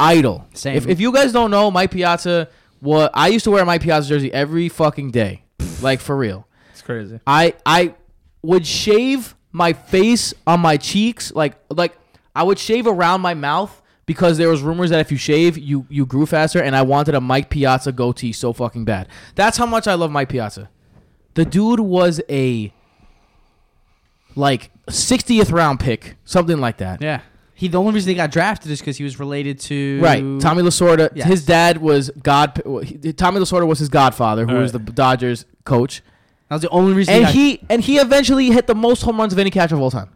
[SPEAKER 5] idol.
[SPEAKER 3] Same.
[SPEAKER 5] If, if you guys don't know, Mike Piazza, what I used to wear a Mike Piazza jersey every fucking day, like for real.
[SPEAKER 4] It's crazy.
[SPEAKER 5] I I would shave my face on my cheeks, like like I would shave around my mouth because there was rumors that if you shave, you you grew faster, and I wanted a Mike Piazza goatee so fucking bad. That's how much I love Mike Piazza. The dude was a like 60th round pick, something like that.
[SPEAKER 3] Yeah. He the only reason he got drafted is because he was related to
[SPEAKER 5] Right, Tommy Lasorda.
[SPEAKER 3] Yes.
[SPEAKER 5] His dad was God. well, he- Tommy Lasorda was his godfather, who
[SPEAKER 4] All
[SPEAKER 5] was the
[SPEAKER 4] right.
[SPEAKER 5] Dodgers coach.
[SPEAKER 3] That was the only reason.
[SPEAKER 5] and
[SPEAKER 3] got-
[SPEAKER 5] he and he eventually hit the most home runs of any catcher of all time.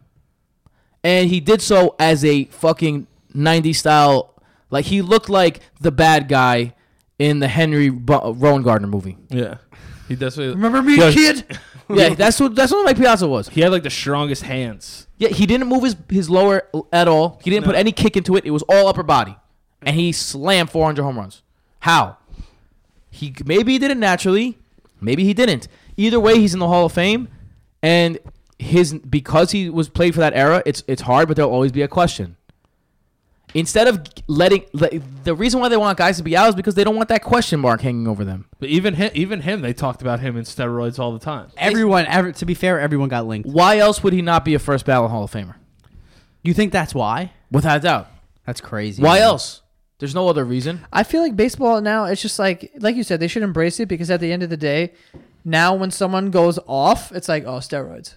[SPEAKER 5] And he did so as a fucking 90 style like he looked like the bad guy in the Henry Bu- Rowan Gardner movie.
[SPEAKER 4] Yeah. He definitely
[SPEAKER 1] Remember me,
[SPEAKER 4] Yeah.
[SPEAKER 1] kid?
[SPEAKER 5] Yeah, that's what that's what Mike Piazza was.
[SPEAKER 4] He had like the strongest hands.
[SPEAKER 5] Yeah, he didn't move his his lower at all. He didn't put any kick into it. It was all upper body, and he slammed 400 home runs. How? He maybe he did it naturally, maybe he didn't. Either way, he's in the Hall of Fame, and his because he was played for that era. It's it's hard, but there'll always be a question. Instead of letting le- the reason why they want guys to be out is because they don't want that question mark hanging over them.
[SPEAKER 4] But even him, even him, they talked about him in steroids all the time.
[SPEAKER 3] everyone. Ever, to be fair, everyone got linked.
[SPEAKER 5] Why else would he not be a first ballot Hall of Famer?
[SPEAKER 3] You think that's why?
[SPEAKER 5] Without a doubt.
[SPEAKER 3] That's crazy.
[SPEAKER 5] Why else? There's no other reason.
[SPEAKER 1] I feel like baseball now, it's just like, like you said, they should embrace it because at the end of the day, now when someone goes off, it's like, oh, steroids.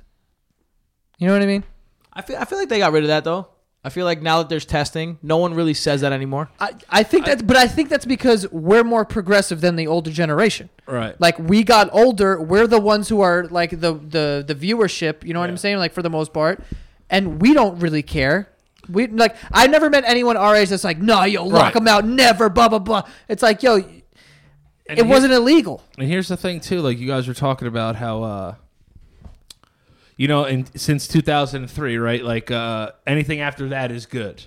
[SPEAKER 1] You know what I mean?
[SPEAKER 5] I feel I feel like they got rid of that though. I feel like now that there's testing, no one really says that anymore.
[SPEAKER 1] I, I think that's, but I think that's because we're more progressive than the older generation.
[SPEAKER 4] Right.
[SPEAKER 1] Like we got older, we're the ones who are like the the the viewership. You know what I'm saying? Like for the most part, and we don't really care. We like I never met anyone our age that's like, no, yo, lock
[SPEAKER 4] Right.
[SPEAKER 1] them out, never, blah blah blah. It's like, yo,
[SPEAKER 4] And
[SPEAKER 1] it
[SPEAKER 4] he-
[SPEAKER 1] wasn't illegal.
[SPEAKER 4] And here's the thing too, like you guys were talking about how uh you know, and since 2003, right? Like uh anything after that is good.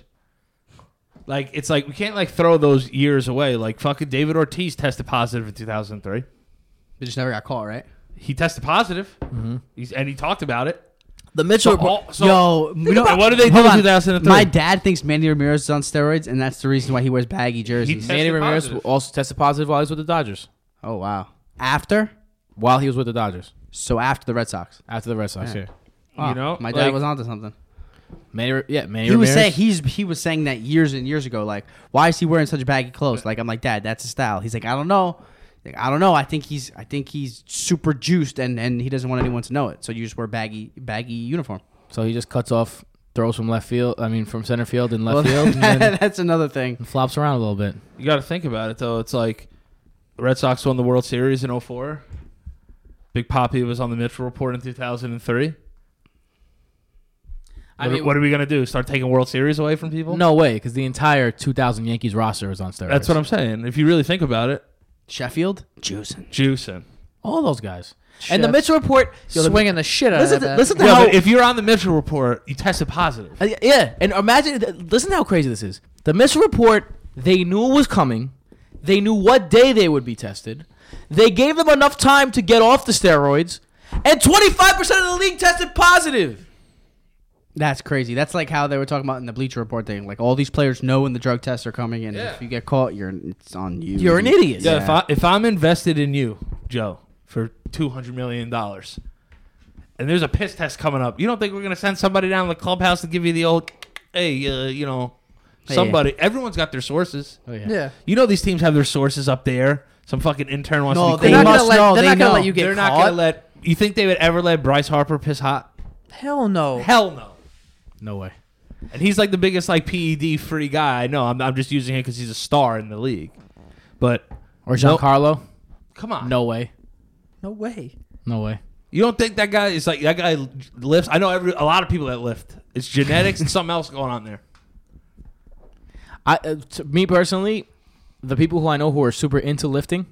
[SPEAKER 4] Like it's like we can't like throw those years away. Like fucking David Ortiz tested positive in 2003.
[SPEAKER 3] They just never got caught, right?
[SPEAKER 4] He tested positive.
[SPEAKER 5] Mm-hmm.
[SPEAKER 4] He's and he talked about it.
[SPEAKER 5] The Mitchell
[SPEAKER 4] So all- so-
[SPEAKER 3] Yo,
[SPEAKER 4] Think about- what do they do
[SPEAKER 3] hold
[SPEAKER 4] in
[SPEAKER 3] on.
[SPEAKER 4] 2003?
[SPEAKER 3] My dad thinks Manny Ramirez is on steroids, and that's the reason why he wears baggy jerseys.
[SPEAKER 4] tested
[SPEAKER 5] Manny Ramirez
[SPEAKER 4] positive.
[SPEAKER 5] also tested positive while he was with the Dodgers.
[SPEAKER 3] oh wow. After,
[SPEAKER 5] While he was with the Dodgers
[SPEAKER 3] so after the Red Sox.
[SPEAKER 5] after the Red Sox. Yeah,
[SPEAKER 3] Wow.
[SPEAKER 4] You know,
[SPEAKER 3] my
[SPEAKER 4] like-
[SPEAKER 3] dad
[SPEAKER 4] *laughs*
[SPEAKER 3] was onto something.
[SPEAKER 5] Manny. Ra- Yeah, Manny.
[SPEAKER 3] He was
[SPEAKER 5] Ramirez.
[SPEAKER 3] saying he's he was saying that years and years ago. Like, why is he wearing such baggy clothes? Like, I'm like, Dad, that's his style. He's like, I don't know. Like, I don't know. I think he's I think he's super juiced, and and he doesn't want anyone to know it. So you just wear baggy baggy uniform.
[SPEAKER 5] so he just cuts off throws from left field. I mean, from center field and left field, and then
[SPEAKER 3] *laughs* that's another thing.
[SPEAKER 5] flops around a little bit.
[SPEAKER 4] You got to think about it though. It's like the Red Sox won the World Series in 04. Big Poppy was on the Mitchell report in 2003.
[SPEAKER 5] I
[SPEAKER 4] what,
[SPEAKER 5] mean-
[SPEAKER 4] what are we going to do? Start taking World Series away from people?
[SPEAKER 5] No way, because the entire 2000 Yankees roster was on steroids.
[SPEAKER 4] That's what I'm saying. If you really think about it,
[SPEAKER 3] Sheffield juicing.
[SPEAKER 4] juicing.
[SPEAKER 5] All those guys. And the
[SPEAKER 1] Shit.
[SPEAKER 5] Mitchell report. Yo, the-
[SPEAKER 1] swinging the shit out
[SPEAKER 5] Listen
[SPEAKER 1] of
[SPEAKER 5] to-
[SPEAKER 1] that.
[SPEAKER 5] listen to
[SPEAKER 4] Yeah,
[SPEAKER 5] how
[SPEAKER 4] but if you're on the Mitchell report, you tested positive.
[SPEAKER 5] Uh, yeah, yeah, and imagine. th- Listen to how crazy this is. The Mitchell report. They knew it was coming. They knew what day they would be tested. They gave them enough time to get off the steroids, and 25% of the league tested positive.
[SPEAKER 3] That's crazy. That's like how they were talking about in the Bleacher Report thing. Like all these players know when the drug tests are coming, and
[SPEAKER 4] Yeah.
[SPEAKER 3] if you get caught, you're it's on you.
[SPEAKER 5] You're an idiot.
[SPEAKER 4] Yeah, if I if I'm invested in you, Joe, for two hundred million dollars, and there's a piss test coming up, you don't think we're gonna send somebody down to the clubhouse to give you the old, hey, uh, you know, somebody? Everyone's got their sources.
[SPEAKER 1] Oh, yeah.
[SPEAKER 4] You know, these teams have their sources up there. Some fucking intern wants
[SPEAKER 3] No,
[SPEAKER 4] to be
[SPEAKER 3] they
[SPEAKER 1] They're
[SPEAKER 4] cool.
[SPEAKER 1] not gonna
[SPEAKER 3] must
[SPEAKER 1] let.
[SPEAKER 3] know,
[SPEAKER 1] they're
[SPEAKER 3] they
[SPEAKER 1] not gonna
[SPEAKER 3] know.
[SPEAKER 1] let you get
[SPEAKER 4] They're
[SPEAKER 1] caught.
[SPEAKER 4] not gonna let. You think they would ever let Bryce Harper piss hot?
[SPEAKER 1] Hell no.
[SPEAKER 4] Hell no.
[SPEAKER 5] No way.
[SPEAKER 4] And he's like the biggest like PED free guy. I know. I'm, I'm just using him because he's a star in the league. But
[SPEAKER 5] Or Giancarlo.
[SPEAKER 4] come on,
[SPEAKER 5] No way.
[SPEAKER 1] No way.
[SPEAKER 5] No way.
[SPEAKER 4] You don't think that guy is like that guy lifts? I know every a lot of people that lift. It's genetics and something else going on there.
[SPEAKER 5] I, uh, to me personally, the people who I know who are super into lifting,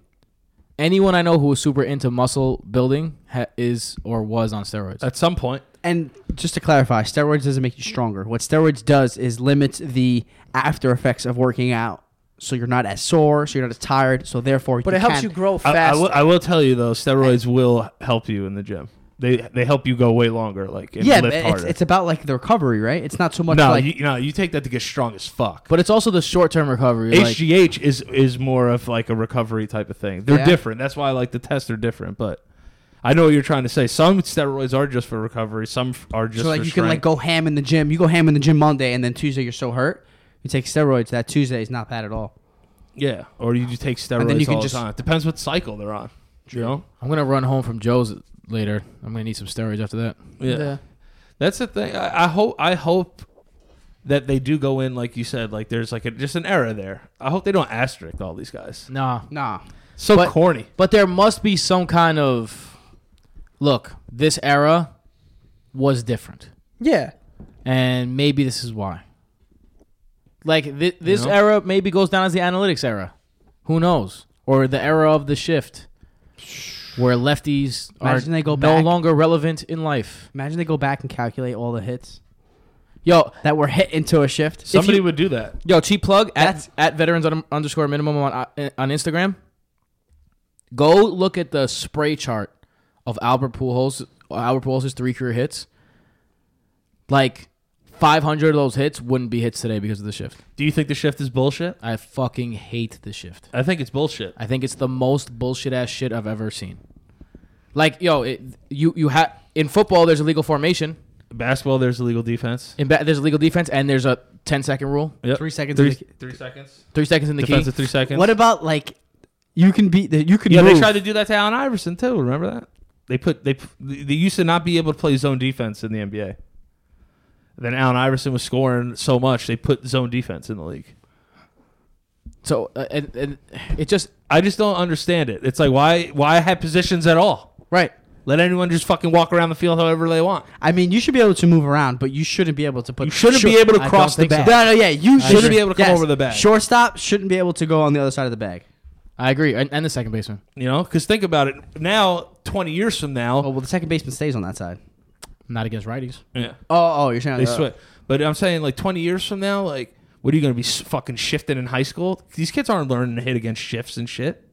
[SPEAKER 5] anyone I know who is super into muscle building ha- is or was on steroids.
[SPEAKER 4] At some point,
[SPEAKER 3] And just to clarify, steroids doesn't make you stronger. What steroids does is limits the after effects of working out. So you're not as sore, so you're not as tired, so therefore
[SPEAKER 1] But
[SPEAKER 3] you
[SPEAKER 1] it helps
[SPEAKER 3] can-
[SPEAKER 1] you grow
[SPEAKER 4] I, I
[SPEAKER 1] fast.
[SPEAKER 4] will, I will tell you though, steroids will help you in the gym. They they help you go way longer, like and
[SPEAKER 3] yeah, but
[SPEAKER 4] lift
[SPEAKER 3] it's,
[SPEAKER 4] harder.
[SPEAKER 3] it's about like the recovery, right? It's not so much
[SPEAKER 4] no,
[SPEAKER 3] like
[SPEAKER 4] you, no, you take that to get strong as fuck.
[SPEAKER 5] But it's also the short term recovery. like-
[SPEAKER 4] HGH is is more of like a recovery type of thing. They're
[SPEAKER 3] Yeah.
[SPEAKER 4] different. That's why I like the tests are different. But I know what you're trying to say. Some steroids are just for recovery. Some f- are just
[SPEAKER 3] so like
[SPEAKER 4] for
[SPEAKER 3] you can like
[SPEAKER 4] strength.
[SPEAKER 3] go ham in the gym. You go ham in the gym Monday, and then Tuesday you're so hurt. You take steroids. That Tuesday is not bad at all.
[SPEAKER 4] yeah, or you just take steroids
[SPEAKER 3] then you can
[SPEAKER 4] all
[SPEAKER 3] just-
[SPEAKER 4] the time. Depends what cycle they're on. You know,
[SPEAKER 5] I'm gonna run home from Joe's later. I'm gonna need some steroids after that.
[SPEAKER 4] That's the thing. I, I hope I hope that they do go in like you said. Like there's like a, just an error there. I hope they don't asterisk all these guys.
[SPEAKER 5] Nah.
[SPEAKER 3] Nah,
[SPEAKER 4] So
[SPEAKER 5] But-
[SPEAKER 4] corny.
[SPEAKER 5] But there must be some kind of look, this era was different.
[SPEAKER 3] yeah,
[SPEAKER 5] And maybe this is why. Like thi- this
[SPEAKER 4] know?
[SPEAKER 5] era maybe goes down as the analytics era. Who knows? Or the era of the shift where lefties
[SPEAKER 3] Imagine
[SPEAKER 5] are
[SPEAKER 3] they go
[SPEAKER 5] no
[SPEAKER 3] back.
[SPEAKER 5] longer relevant in life.
[SPEAKER 3] Imagine they go back and calculate all the hits
[SPEAKER 5] Yo,
[SPEAKER 3] that were hit into a shift.
[SPEAKER 4] Somebody would do that.
[SPEAKER 5] Yo, cheap plug at,
[SPEAKER 3] That's-
[SPEAKER 5] at veterans un- underscore minimum on uh, on Instagram. Go look at the spray chart of Albert Pujols. Albert Pujols' three career hits. Like 500 of those hits wouldn't be hits today because of the shift.
[SPEAKER 4] Do you think the shift is bullshit?
[SPEAKER 5] I fucking hate the shift.
[SPEAKER 4] I think it's bullshit.
[SPEAKER 5] I think it's the most bullshit ass shit I've ever seen. Like yo, it, you you have in football there's a legal formation,
[SPEAKER 4] Basketball, there's illegal defense.
[SPEAKER 5] in ba- there's a legal defense, and there's a 10 second rule,
[SPEAKER 4] Yep.
[SPEAKER 3] Three seconds.
[SPEAKER 4] Three,
[SPEAKER 3] in the-
[SPEAKER 4] three seconds.
[SPEAKER 5] three seconds in the
[SPEAKER 4] Defense
[SPEAKER 5] key.
[SPEAKER 4] of three seconds.
[SPEAKER 3] what about like you can be the, you can
[SPEAKER 4] yeah,
[SPEAKER 3] move.
[SPEAKER 4] they tried to do that to Allen Iverson too. Remember that? They put they they used to not be able to play zone defense in the NBA. Then Allen Iverson was scoring so much they put zone defense in the league.
[SPEAKER 5] So uh, and, and it just
[SPEAKER 4] I just don't understand it. It's like why why have positions at all?
[SPEAKER 3] right.
[SPEAKER 4] Let anyone just fucking walk around the field however they want.
[SPEAKER 3] I mean, you should be able to move around, but you shouldn't be able to put.
[SPEAKER 4] You shouldn't be able to
[SPEAKER 5] I
[SPEAKER 4] cross the
[SPEAKER 5] don't
[SPEAKER 4] back.
[SPEAKER 5] think so.
[SPEAKER 3] No, no, yeah, you
[SPEAKER 4] Shouldn't
[SPEAKER 3] should-
[SPEAKER 4] be able to come over the bag.
[SPEAKER 3] Shortstop shouldn't be able to go on the other side of the bag.
[SPEAKER 5] I agree, and, and the second baseman.
[SPEAKER 4] You know, because think about it. Now, twenty years from now,
[SPEAKER 3] Oh well, the second baseman stays on that side.
[SPEAKER 5] Not against righties.
[SPEAKER 4] yeah,
[SPEAKER 3] Oh, oh, you're saying
[SPEAKER 4] they
[SPEAKER 3] uh,
[SPEAKER 4] switch. But I'm saying, like twenty years from now, like what are you going to be s- fucking shifting in high school? These kids aren't learning to hit against shifts and shit.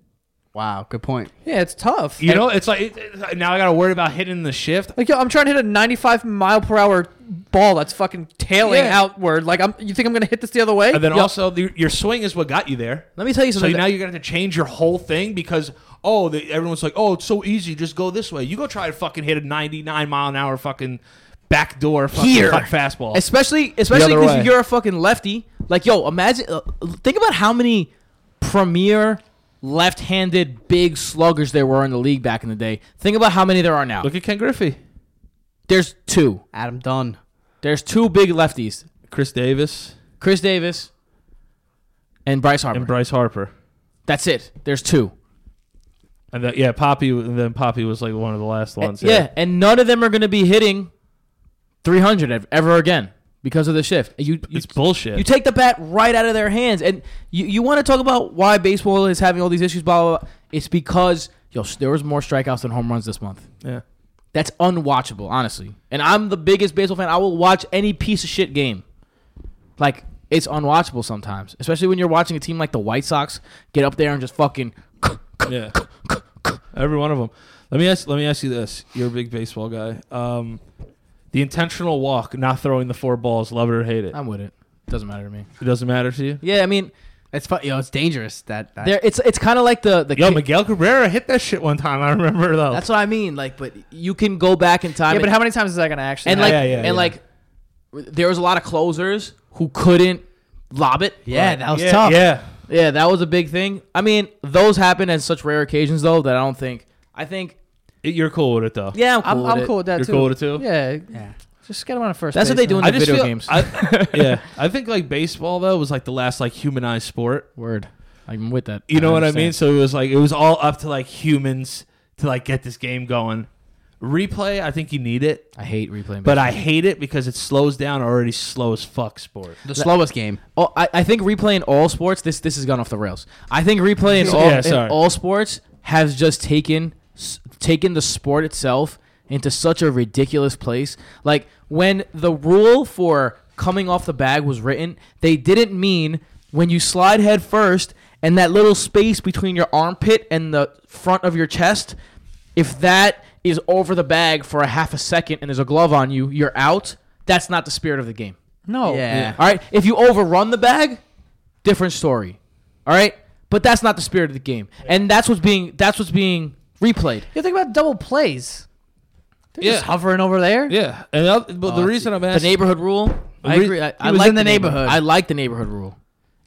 [SPEAKER 3] Wow, good point.
[SPEAKER 1] Yeah, it's tough.
[SPEAKER 4] You know, it's like it, it- now I got to worry about hitting the shift.
[SPEAKER 1] Like yo, I'm trying to hit a 95 mile per hour ball that's fucking tailing
[SPEAKER 4] Yeah.
[SPEAKER 1] outward. Like I'm, you think I'm gonna hit this the other way?
[SPEAKER 4] And then
[SPEAKER 1] Yo,
[SPEAKER 4] also, the, your swing is what got you there.
[SPEAKER 5] Let me tell you
[SPEAKER 4] So
[SPEAKER 5] something.
[SPEAKER 4] now you're gonna have to change your whole thing because oh, the, everyone's like, oh, it's so easy, just go this way. You go try to fucking hit a 99 mile an hour fucking backdoor fucking
[SPEAKER 5] Here.
[SPEAKER 4] cut fastball.
[SPEAKER 5] especially especially
[SPEAKER 4] other way.
[SPEAKER 5] because you're a fucking lefty. Like yo, imagine. Uh, think about how many premier left-handed big sluggers there were in the league back in the day. Think about how many there are now.
[SPEAKER 4] Look at Ken Griffey,
[SPEAKER 5] There's two.
[SPEAKER 3] Adam Dunn.
[SPEAKER 5] There's two big lefties:
[SPEAKER 4] Chris Davis,
[SPEAKER 5] Chris Davis and Bryce Harper.
[SPEAKER 4] and Bryce Harper.
[SPEAKER 5] That's it. There's two.
[SPEAKER 4] And then, yeah, Poppy. And then Poppy was like one of the last ones.
[SPEAKER 5] yeah. and none of them are going to be hitting 300 ev- ever again because of the shift. You, you
[SPEAKER 4] it's bullshit.
[SPEAKER 5] You take the bat right out of their hands, and you, you want to talk about why baseball is having all these issues. Blah blah. blah. It's because yo, there was more strikeouts than home runs this month.
[SPEAKER 4] yeah.
[SPEAKER 5] That's unwatchable, honestly. And I'm the biggest baseball fan. I will watch any piece of shit game. Like it's unwatchable sometimes, especially when you're watching a team like the White Sox get up there and just fucking.
[SPEAKER 4] Yeah. Every one of them. Let me ask. Let me ask you this. You're a big baseball guy. Um, the intentional walk, not throwing the four balls, love it or hate it.
[SPEAKER 5] I'm with it. Doesn't matter to me.
[SPEAKER 4] It doesn't matter to you.
[SPEAKER 5] Yeah, I mean,
[SPEAKER 3] It's fun. Yo, it's dangerous. That, that
[SPEAKER 5] there. It's it's kind of like the the.
[SPEAKER 4] Yo,
[SPEAKER 5] kid-
[SPEAKER 4] Miguel Cabrera hit that shit one time. I remember though.
[SPEAKER 5] that's what I mean. Like, but you can go back in time.
[SPEAKER 1] yeah,
[SPEAKER 5] and-
[SPEAKER 1] but how many times is that gonna actually?
[SPEAKER 5] and like
[SPEAKER 1] happen?
[SPEAKER 4] yeah, yeah,
[SPEAKER 5] and
[SPEAKER 4] yeah.
[SPEAKER 5] like there was a lot of closers who couldn't lob it.
[SPEAKER 3] yeah, that was
[SPEAKER 4] yeah,
[SPEAKER 3] tough.
[SPEAKER 4] Yeah.
[SPEAKER 5] Yeah, that was a big thing. I mean, those happen on such rare occasions though that I don't think I think
[SPEAKER 4] It- you're cool with it though.
[SPEAKER 5] yeah, I'm cool.
[SPEAKER 1] I'm,
[SPEAKER 5] with
[SPEAKER 1] I'm
[SPEAKER 5] it.
[SPEAKER 1] cool with that
[SPEAKER 4] You're
[SPEAKER 1] too.
[SPEAKER 4] cool with it, too?
[SPEAKER 1] Yeah,
[SPEAKER 3] Yeah.
[SPEAKER 1] just get him on a first.
[SPEAKER 5] That's what they do in
[SPEAKER 1] baseman.
[SPEAKER 5] the video games.
[SPEAKER 4] I, yeah, I think like baseball though was like the last like humanized sport.
[SPEAKER 5] Word. I'm with that.
[SPEAKER 4] You know what I mean? So it was like it was all up to like humans to like get this game going. Replay, I think you need it,
[SPEAKER 5] I hate replaying.
[SPEAKER 4] but I hate it because it slows down already slow as fuck sport.
[SPEAKER 3] The slowest game.
[SPEAKER 5] Oh, I, I think replaying all sports. This this has gone off the rails. I think replaying
[SPEAKER 4] *laughs*
[SPEAKER 5] all
[SPEAKER 4] Yeah,
[SPEAKER 5] in
[SPEAKER 4] sorry.
[SPEAKER 5] all sports has just taken s- taken the sport itself into such a ridiculous place. Like when the rule for coming off the bag was written, they didn't mean when you slide head first and that little space between your armpit and the front of your chest. If that is over the bag for a half a second and there's a glove on you, you're out. That's not the spirit of the game.
[SPEAKER 1] No.
[SPEAKER 3] Yeah.
[SPEAKER 5] All right. If you overrun the bag, different story. All right. But that's not the spirit of the game, and that's what's being that's what's being replayed.
[SPEAKER 1] You think about double plays. They're just
[SPEAKER 4] Yeah.
[SPEAKER 1] hovering over there.
[SPEAKER 4] Yeah, and oth- but the reason I'm
[SPEAKER 5] The
[SPEAKER 4] asking,
[SPEAKER 5] neighborhood rule. I
[SPEAKER 4] re-
[SPEAKER 5] agree. I, I
[SPEAKER 3] was
[SPEAKER 5] like
[SPEAKER 3] in the neighborhood.
[SPEAKER 5] I like the neighborhood rule.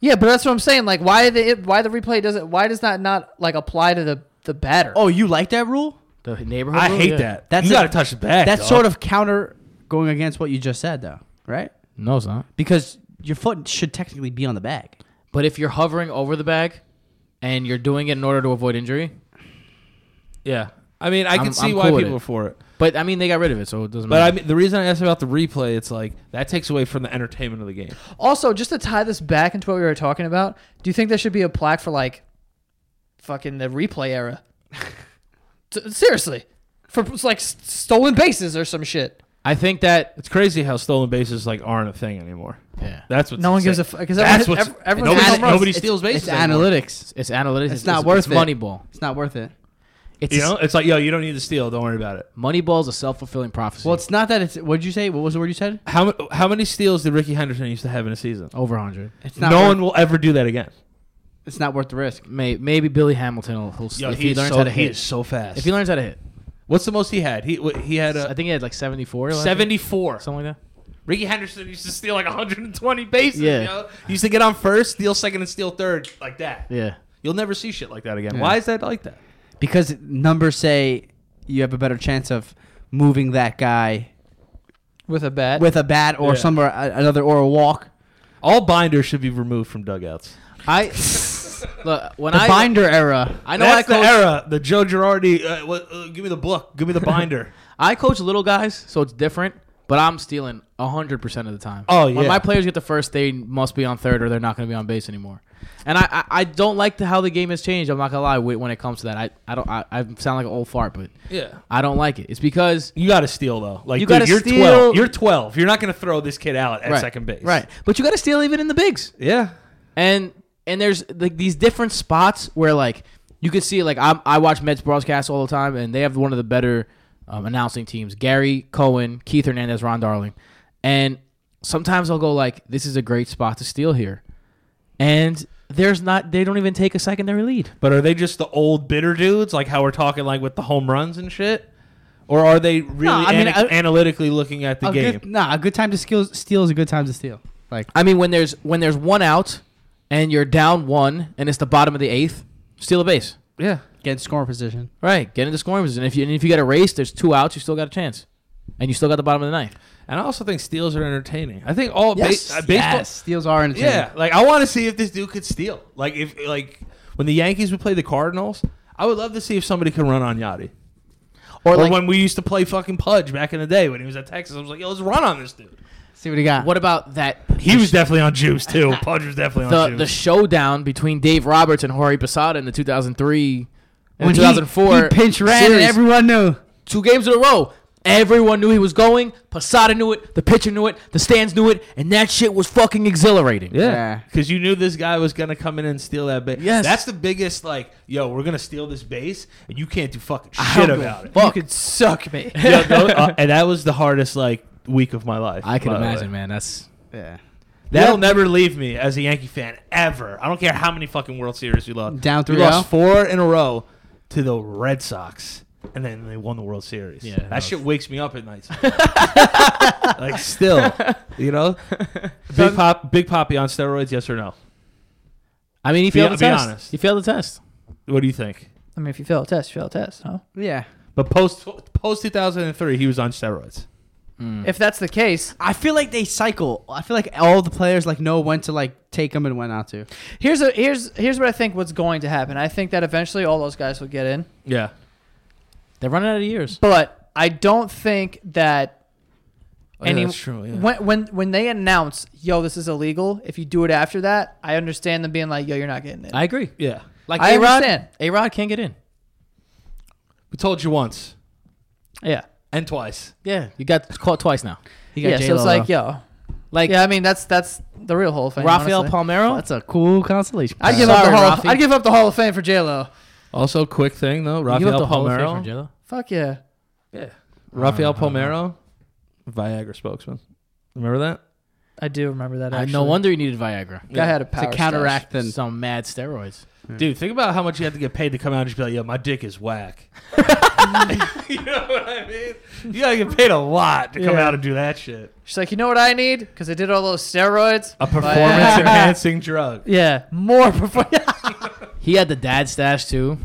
[SPEAKER 1] Yeah, but that's what I'm saying. Like, why the why the replay doesn't why does that not like apply to the the batter?
[SPEAKER 3] Oh, you like that rule?
[SPEAKER 5] The neighborhood.
[SPEAKER 4] I
[SPEAKER 5] rule,
[SPEAKER 4] hate
[SPEAKER 5] yeah.
[SPEAKER 4] that.
[SPEAKER 3] That's
[SPEAKER 4] you
[SPEAKER 3] a-
[SPEAKER 4] got to touch the bag.
[SPEAKER 3] That's
[SPEAKER 4] dog.
[SPEAKER 3] sort of counter going against what you just said, though, right?
[SPEAKER 5] No, it's not.
[SPEAKER 3] Because your foot should technically be on the bag.
[SPEAKER 5] But if you're hovering over the bag, and you're doing it in order to avoid injury,
[SPEAKER 4] yeah. I mean, I can
[SPEAKER 5] I'm-
[SPEAKER 4] see
[SPEAKER 5] I'm
[SPEAKER 4] why
[SPEAKER 5] cool with
[SPEAKER 4] people
[SPEAKER 5] it.
[SPEAKER 4] are for it,
[SPEAKER 5] but I mean they got rid of it, so it doesn't
[SPEAKER 4] but
[SPEAKER 5] matter.
[SPEAKER 4] I mean, the reason I asked about the replay, it's like that takes away from the entertainment of the game.
[SPEAKER 1] Also, just to tie this back into what we were talking about, do you think there should be a plaque for like fucking the replay *laughs* era? S- Seriously, for like s- stolen bases or some shit.
[SPEAKER 5] I think that
[SPEAKER 4] It's crazy how stolen bases like aren't a thing anymore.
[SPEAKER 5] yeah,
[SPEAKER 4] That's what
[SPEAKER 1] No one gives a fuck because
[SPEAKER 4] That's
[SPEAKER 1] everyone,
[SPEAKER 4] what's-
[SPEAKER 1] ev- everyone
[SPEAKER 4] nobody-
[SPEAKER 1] home runs.
[SPEAKER 4] nobody steals
[SPEAKER 3] It's
[SPEAKER 4] bases. anymore.
[SPEAKER 3] analytics.
[SPEAKER 5] it's analytics. It's,
[SPEAKER 3] not
[SPEAKER 5] it's,
[SPEAKER 3] worth
[SPEAKER 5] it's
[SPEAKER 3] it.
[SPEAKER 5] Moneyball.
[SPEAKER 3] It's not worth it.
[SPEAKER 5] It's
[SPEAKER 4] You know, it's like yo, you don't need to steal. Don't worry about it.
[SPEAKER 5] Moneyball is a self fulfilling prophecy.
[SPEAKER 3] Well, it's not that it's. What did you say? What was the word you said?
[SPEAKER 4] How m- how many steals did Ricky Henderson used to have in a season?
[SPEAKER 5] over hundred.
[SPEAKER 3] It's not.
[SPEAKER 4] No
[SPEAKER 3] worth,
[SPEAKER 4] one will ever do that again.
[SPEAKER 3] It's not worth the risk.
[SPEAKER 5] May, maybe Billy Hamilton will he'll, if he,
[SPEAKER 4] is
[SPEAKER 5] learns
[SPEAKER 4] so,
[SPEAKER 5] how to
[SPEAKER 4] he
[SPEAKER 5] hit.
[SPEAKER 4] is so fast.
[SPEAKER 5] if he learns how to hit,
[SPEAKER 4] What's the most he had? He wh- he had
[SPEAKER 5] I
[SPEAKER 4] a
[SPEAKER 5] think he had like seventy four.
[SPEAKER 4] seventy four.
[SPEAKER 5] something like that.
[SPEAKER 4] Ricky Henderson used to steal like 120 bases.
[SPEAKER 5] Yeah.
[SPEAKER 4] You know? He used to get on first, steal second, and steal third like that.
[SPEAKER 5] Yeah,
[SPEAKER 4] You'll never see shit like that again. Why is that like that?
[SPEAKER 3] because numbers say you have a better chance of moving that guy
[SPEAKER 1] with a bat.
[SPEAKER 3] with a bat or
[SPEAKER 4] Yeah.
[SPEAKER 3] some or a- another or a walk.
[SPEAKER 4] All binders should be removed from dugouts.
[SPEAKER 5] I *laughs* look when
[SPEAKER 3] The
[SPEAKER 5] I
[SPEAKER 3] binder era.
[SPEAKER 5] I know I
[SPEAKER 4] That's
[SPEAKER 5] coach.
[SPEAKER 4] the era. The Joe Girardi. Uh, wha- uh, give me the book. Give me the
[SPEAKER 5] *laughs*
[SPEAKER 4] binder.
[SPEAKER 5] I coach little guys, so it's different. But I'm stealing hundred percent of the time.
[SPEAKER 4] Oh,
[SPEAKER 5] When
[SPEAKER 4] yeah.
[SPEAKER 5] my players get the first, they must be on third, or they're not going to be on base anymore. And I, I, I don't like the, how the game has changed. I'm not gonna lie. wh- When it comes to that, I, I don't. I, I sound like an old fart, but
[SPEAKER 4] yeah.
[SPEAKER 5] I don't like it. It's because
[SPEAKER 4] You got to steal though. Like
[SPEAKER 5] You
[SPEAKER 4] dude,
[SPEAKER 5] gotta
[SPEAKER 4] you're
[SPEAKER 5] steal-
[SPEAKER 4] 12. You're 12. You're not going to throw this kid out at
[SPEAKER 5] right,
[SPEAKER 4] second base.
[SPEAKER 5] right? But you got to steal even in the bigs.
[SPEAKER 4] Yeah.
[SPEAKER 5] and and there's like these different spots where like you could see like I'm, I watch Mets broadcast all the time, and they have one of the better um, announcing teams: Gary Cohen, Keith Hernandez, Ron Darling. And sometimes I'll go like, "This is a great spot to steal here," and there's not they don't even take a secondary lead.
[SPEAKER 4] But are they just the old bitter dudes, like how we're talking, like with the home runs and shit? Or are they really
[SPEAKER 3] I mean,
[SPEAKER 4] ana-
[SPEAKER 3] I-
[SPEAKER 4] analytically looking at the
[SPEAKER 3] A
[SPEAKER 4] game?
[SPEAKER 3] good, nah, a good time to steal, steal is a good time to steal. Like
[SPEAKER 5] I mean, when there's when there's one out and you're down one, and it's the bottom of the eighth, steal a base.
[SPEAKER 4] yeah.
[SPEAKER 3] get in scoring position.
[SPEAKER 5] Right, get into scoring position. If you and if you got a race, there's two outs, you still got a chance, and you still got the bottom of the ninth.
[SPEAKER 4] And I also think steals are entertaining. I think all
[SPEAKER 5] Yes.
[SPEAKER 4] ba- uh, baseball.
[SPEAKER 3] Steals are entertaining.
[SPEAKER 4] Yeah, like I want to see if this dude could steal. Like if like when the Yankees would play the Cardinals, I would love to see if somebody could run on Yachty. Or,
[SPEAKER 5] like-
[SPEAKER 4] when we used to play fucking Pudge back in the day when he was at Texas, I was like, "Yo, let's run on this dude."
[SPEAKER 3] See what he got.
[SPEAKER 5] What about that? uh,
[SPEAKER 4] He was definitely on juice
[SPEAKER 5] *laughs*
[SPEAKER 4] too. Pudge was definitely
[SPEAKER 5] the the showdown between Dave Roberts and Jorge Posada in the 2003 and
[SPEAKER 3] When
[SPEAKER 5] the
[SPEAKER 3] he-
[SPEAKER 5] 2004
[SPEAKER 3] he pinch ran and
[SPEAKER 5] series.
[SPEAKER 3] everyone knew.
[SPEAKER 5] two games in a row. Everyone knew he was going. Posada knew it. The pitcher knew it. The stands knew it. And that shit was fucking exhilarating.
[SPEAKER 4] yeah,
[SPEAKER 3] Yeah.
[SPEAKER 4] because you knew this guy was gonna come in and steal that base.
[SPEAKER 5] Yes.
[SPEAKER 4] that's the biggest like, yo, we're gonna steal this base, and you can't do fucking
[SPEAKER 5] I
[SPEAKER 4] shit
[SPEAKER 5] don't
[SPEAKER 4] about it.
[SPEAKER 5] give a
[SPEAKER 1] you
[SPEAKER 5] fuck.
[SPEAKER 1] could suck me.
[SPEAKER 5] *laughs*
[SPEAKER 4] Yo, tho- uh, and that was the hardest like week of my life.
[SPEAKER 5] I can
[SPEAKER 4] by the way.
[SPEAKER 5] imagine, man. That's
[SPEAKER 3] Yeah.
[SPEAKER 4] That'll never leave me as a Yankee fan ever. I don't care how many fucking World Series we lost.
[SPEAKER 3] Down
[SPEAKER 4] we
[SPEAKER 3] 3-0?
[SPEAKER 4] lost four in a row to the Red Sox, and then they won the World Series.
[SPEAKER 5] Yeah,
[SPEAKER 4] that
[SPEAKER 5] that
[SPEAKER 4] shit wakes me up at
[SPEAKER 5] *laughs*
[SPEAKER 4] night. like still, you
[SPEAKER 5] *laughs*
[SPEAKER 4] know, Big Pop, Big Poppy on steroids? Yes or no?
[SPEAKER 5] I mean, he
[SPEAKER 4] Be-
[SPEAKER 5] failed the
[SPEAKER 4] be
[SPEAKER 5] test.
[SPEAKER 4] honest.
[SPEAKER 5] He failed the test.
[SPEAKER 4] What do you think?
[SPEAKER 1] I mean, if you fail a test, you fail a test. Huh?
[SPEAKER 3] oh? Yeah.
[SPEAKER 4] But post post two thousand and three, he was on steroids. Mm.
[SPEAKER 1] If that's the case,
[SPEAKER 3] I feel like they cycle. I feel like all the players like know when to like take them and when not to.
[SPEAKER 1] here's a here's here's what I think what's going to happen. I think that eventually all those guys will get in,
[SPEAKER 4] Yeah,
[SPEAKER 5] They're running out of years.
[SPEAKER 1] but I don't think that
[SPEAKER 4] Oh, yeah,
[SPEAKER 1] any
[SPEAKER 4] that's true, yeah.
[SPEAKER 1] when when when they announce, yo, this is illegal. If you do it after that, I understand them being like, yo, you're not getting it.
[SPEAKER 5] I agree.
[SPEAKER 4] yeah.
[SPEAKER 5] Like
[SPEAKER 1] I
[SPEAKER 5] A Rod,
[SPEAKER 1] understand.
[SPEAKER 5] A Rod can't get in.
[SPEAKER 4] We told you once
[SPEAKER 1] yeah,
[SPEAKER 4] and twice.
[SPEAKER 5] Yeah, you got caught twice now.
[SPEAKER 3] He got
[SPEAKER 1] yeah. So
[SPEAKER 3] J-Lo,
[SPEAKER 1] it's like,
[SPEAKER 3] though.
[SPEAKER 1] yo,
[SPEAKER 5] Like
[SPEAKER 1] yeah. I mean, that's that's the real whole thing.
[SPEAKER 5] Rafael
[SPEAKER 1] honestly.
[SPEAKER 5] Palmero.
[SPEAKER 3] that's a cool constellation.
[SPEAKER 1] I'd give up the hall. I'd give up the Hall of Fame for J Lo.
[SPEAKER 4] Also, quick thing though,
[SPEAKER 5] You give
[SPEAKER 4] Rafael
[SPEAKER 5] up the whole thing
[SPEAKER 4] Palmero.
[SPEAKER 5] for J-Lo?
[SPEAKER 1] Fuck yeah.
[SPEAKER 4] Yeah. Rafael Palmero, Viagra spokesman. Remember that?
[SPEAKER 1] I do remember that.
[SPEAKER 5] I-
[SPEAKER 1] Actually.
[SPEAKER 5] no wonder he needed Viagra
[SPEAKER 1] Guy had a power
[SPEAKER 5] to counteract
[SPEAKER 1] stash.
[SPEAKER 5] some mad steroids.
[SPEAKER 4] Dude, think about how much you have to get paid to come out and just be like, yo, my dick is *laughs* whack. you know what I mean? You gotta get paid a lot to come
[SPEAKER 1] Yeah.
[SPEAKER 4] out and do that shit.
[SPEAKER 1] She's like, you know what I need? Because I did all those steroids.
[SPEAKER 4] A performance
[SPEAKER 1] Viagra."
[SPEAKER 4] *laughs* enhancing drug.
[SPEAKER 1] Yeah, Uh, more before. *laughs*
[SPEAKER 5] He had the dad stash too.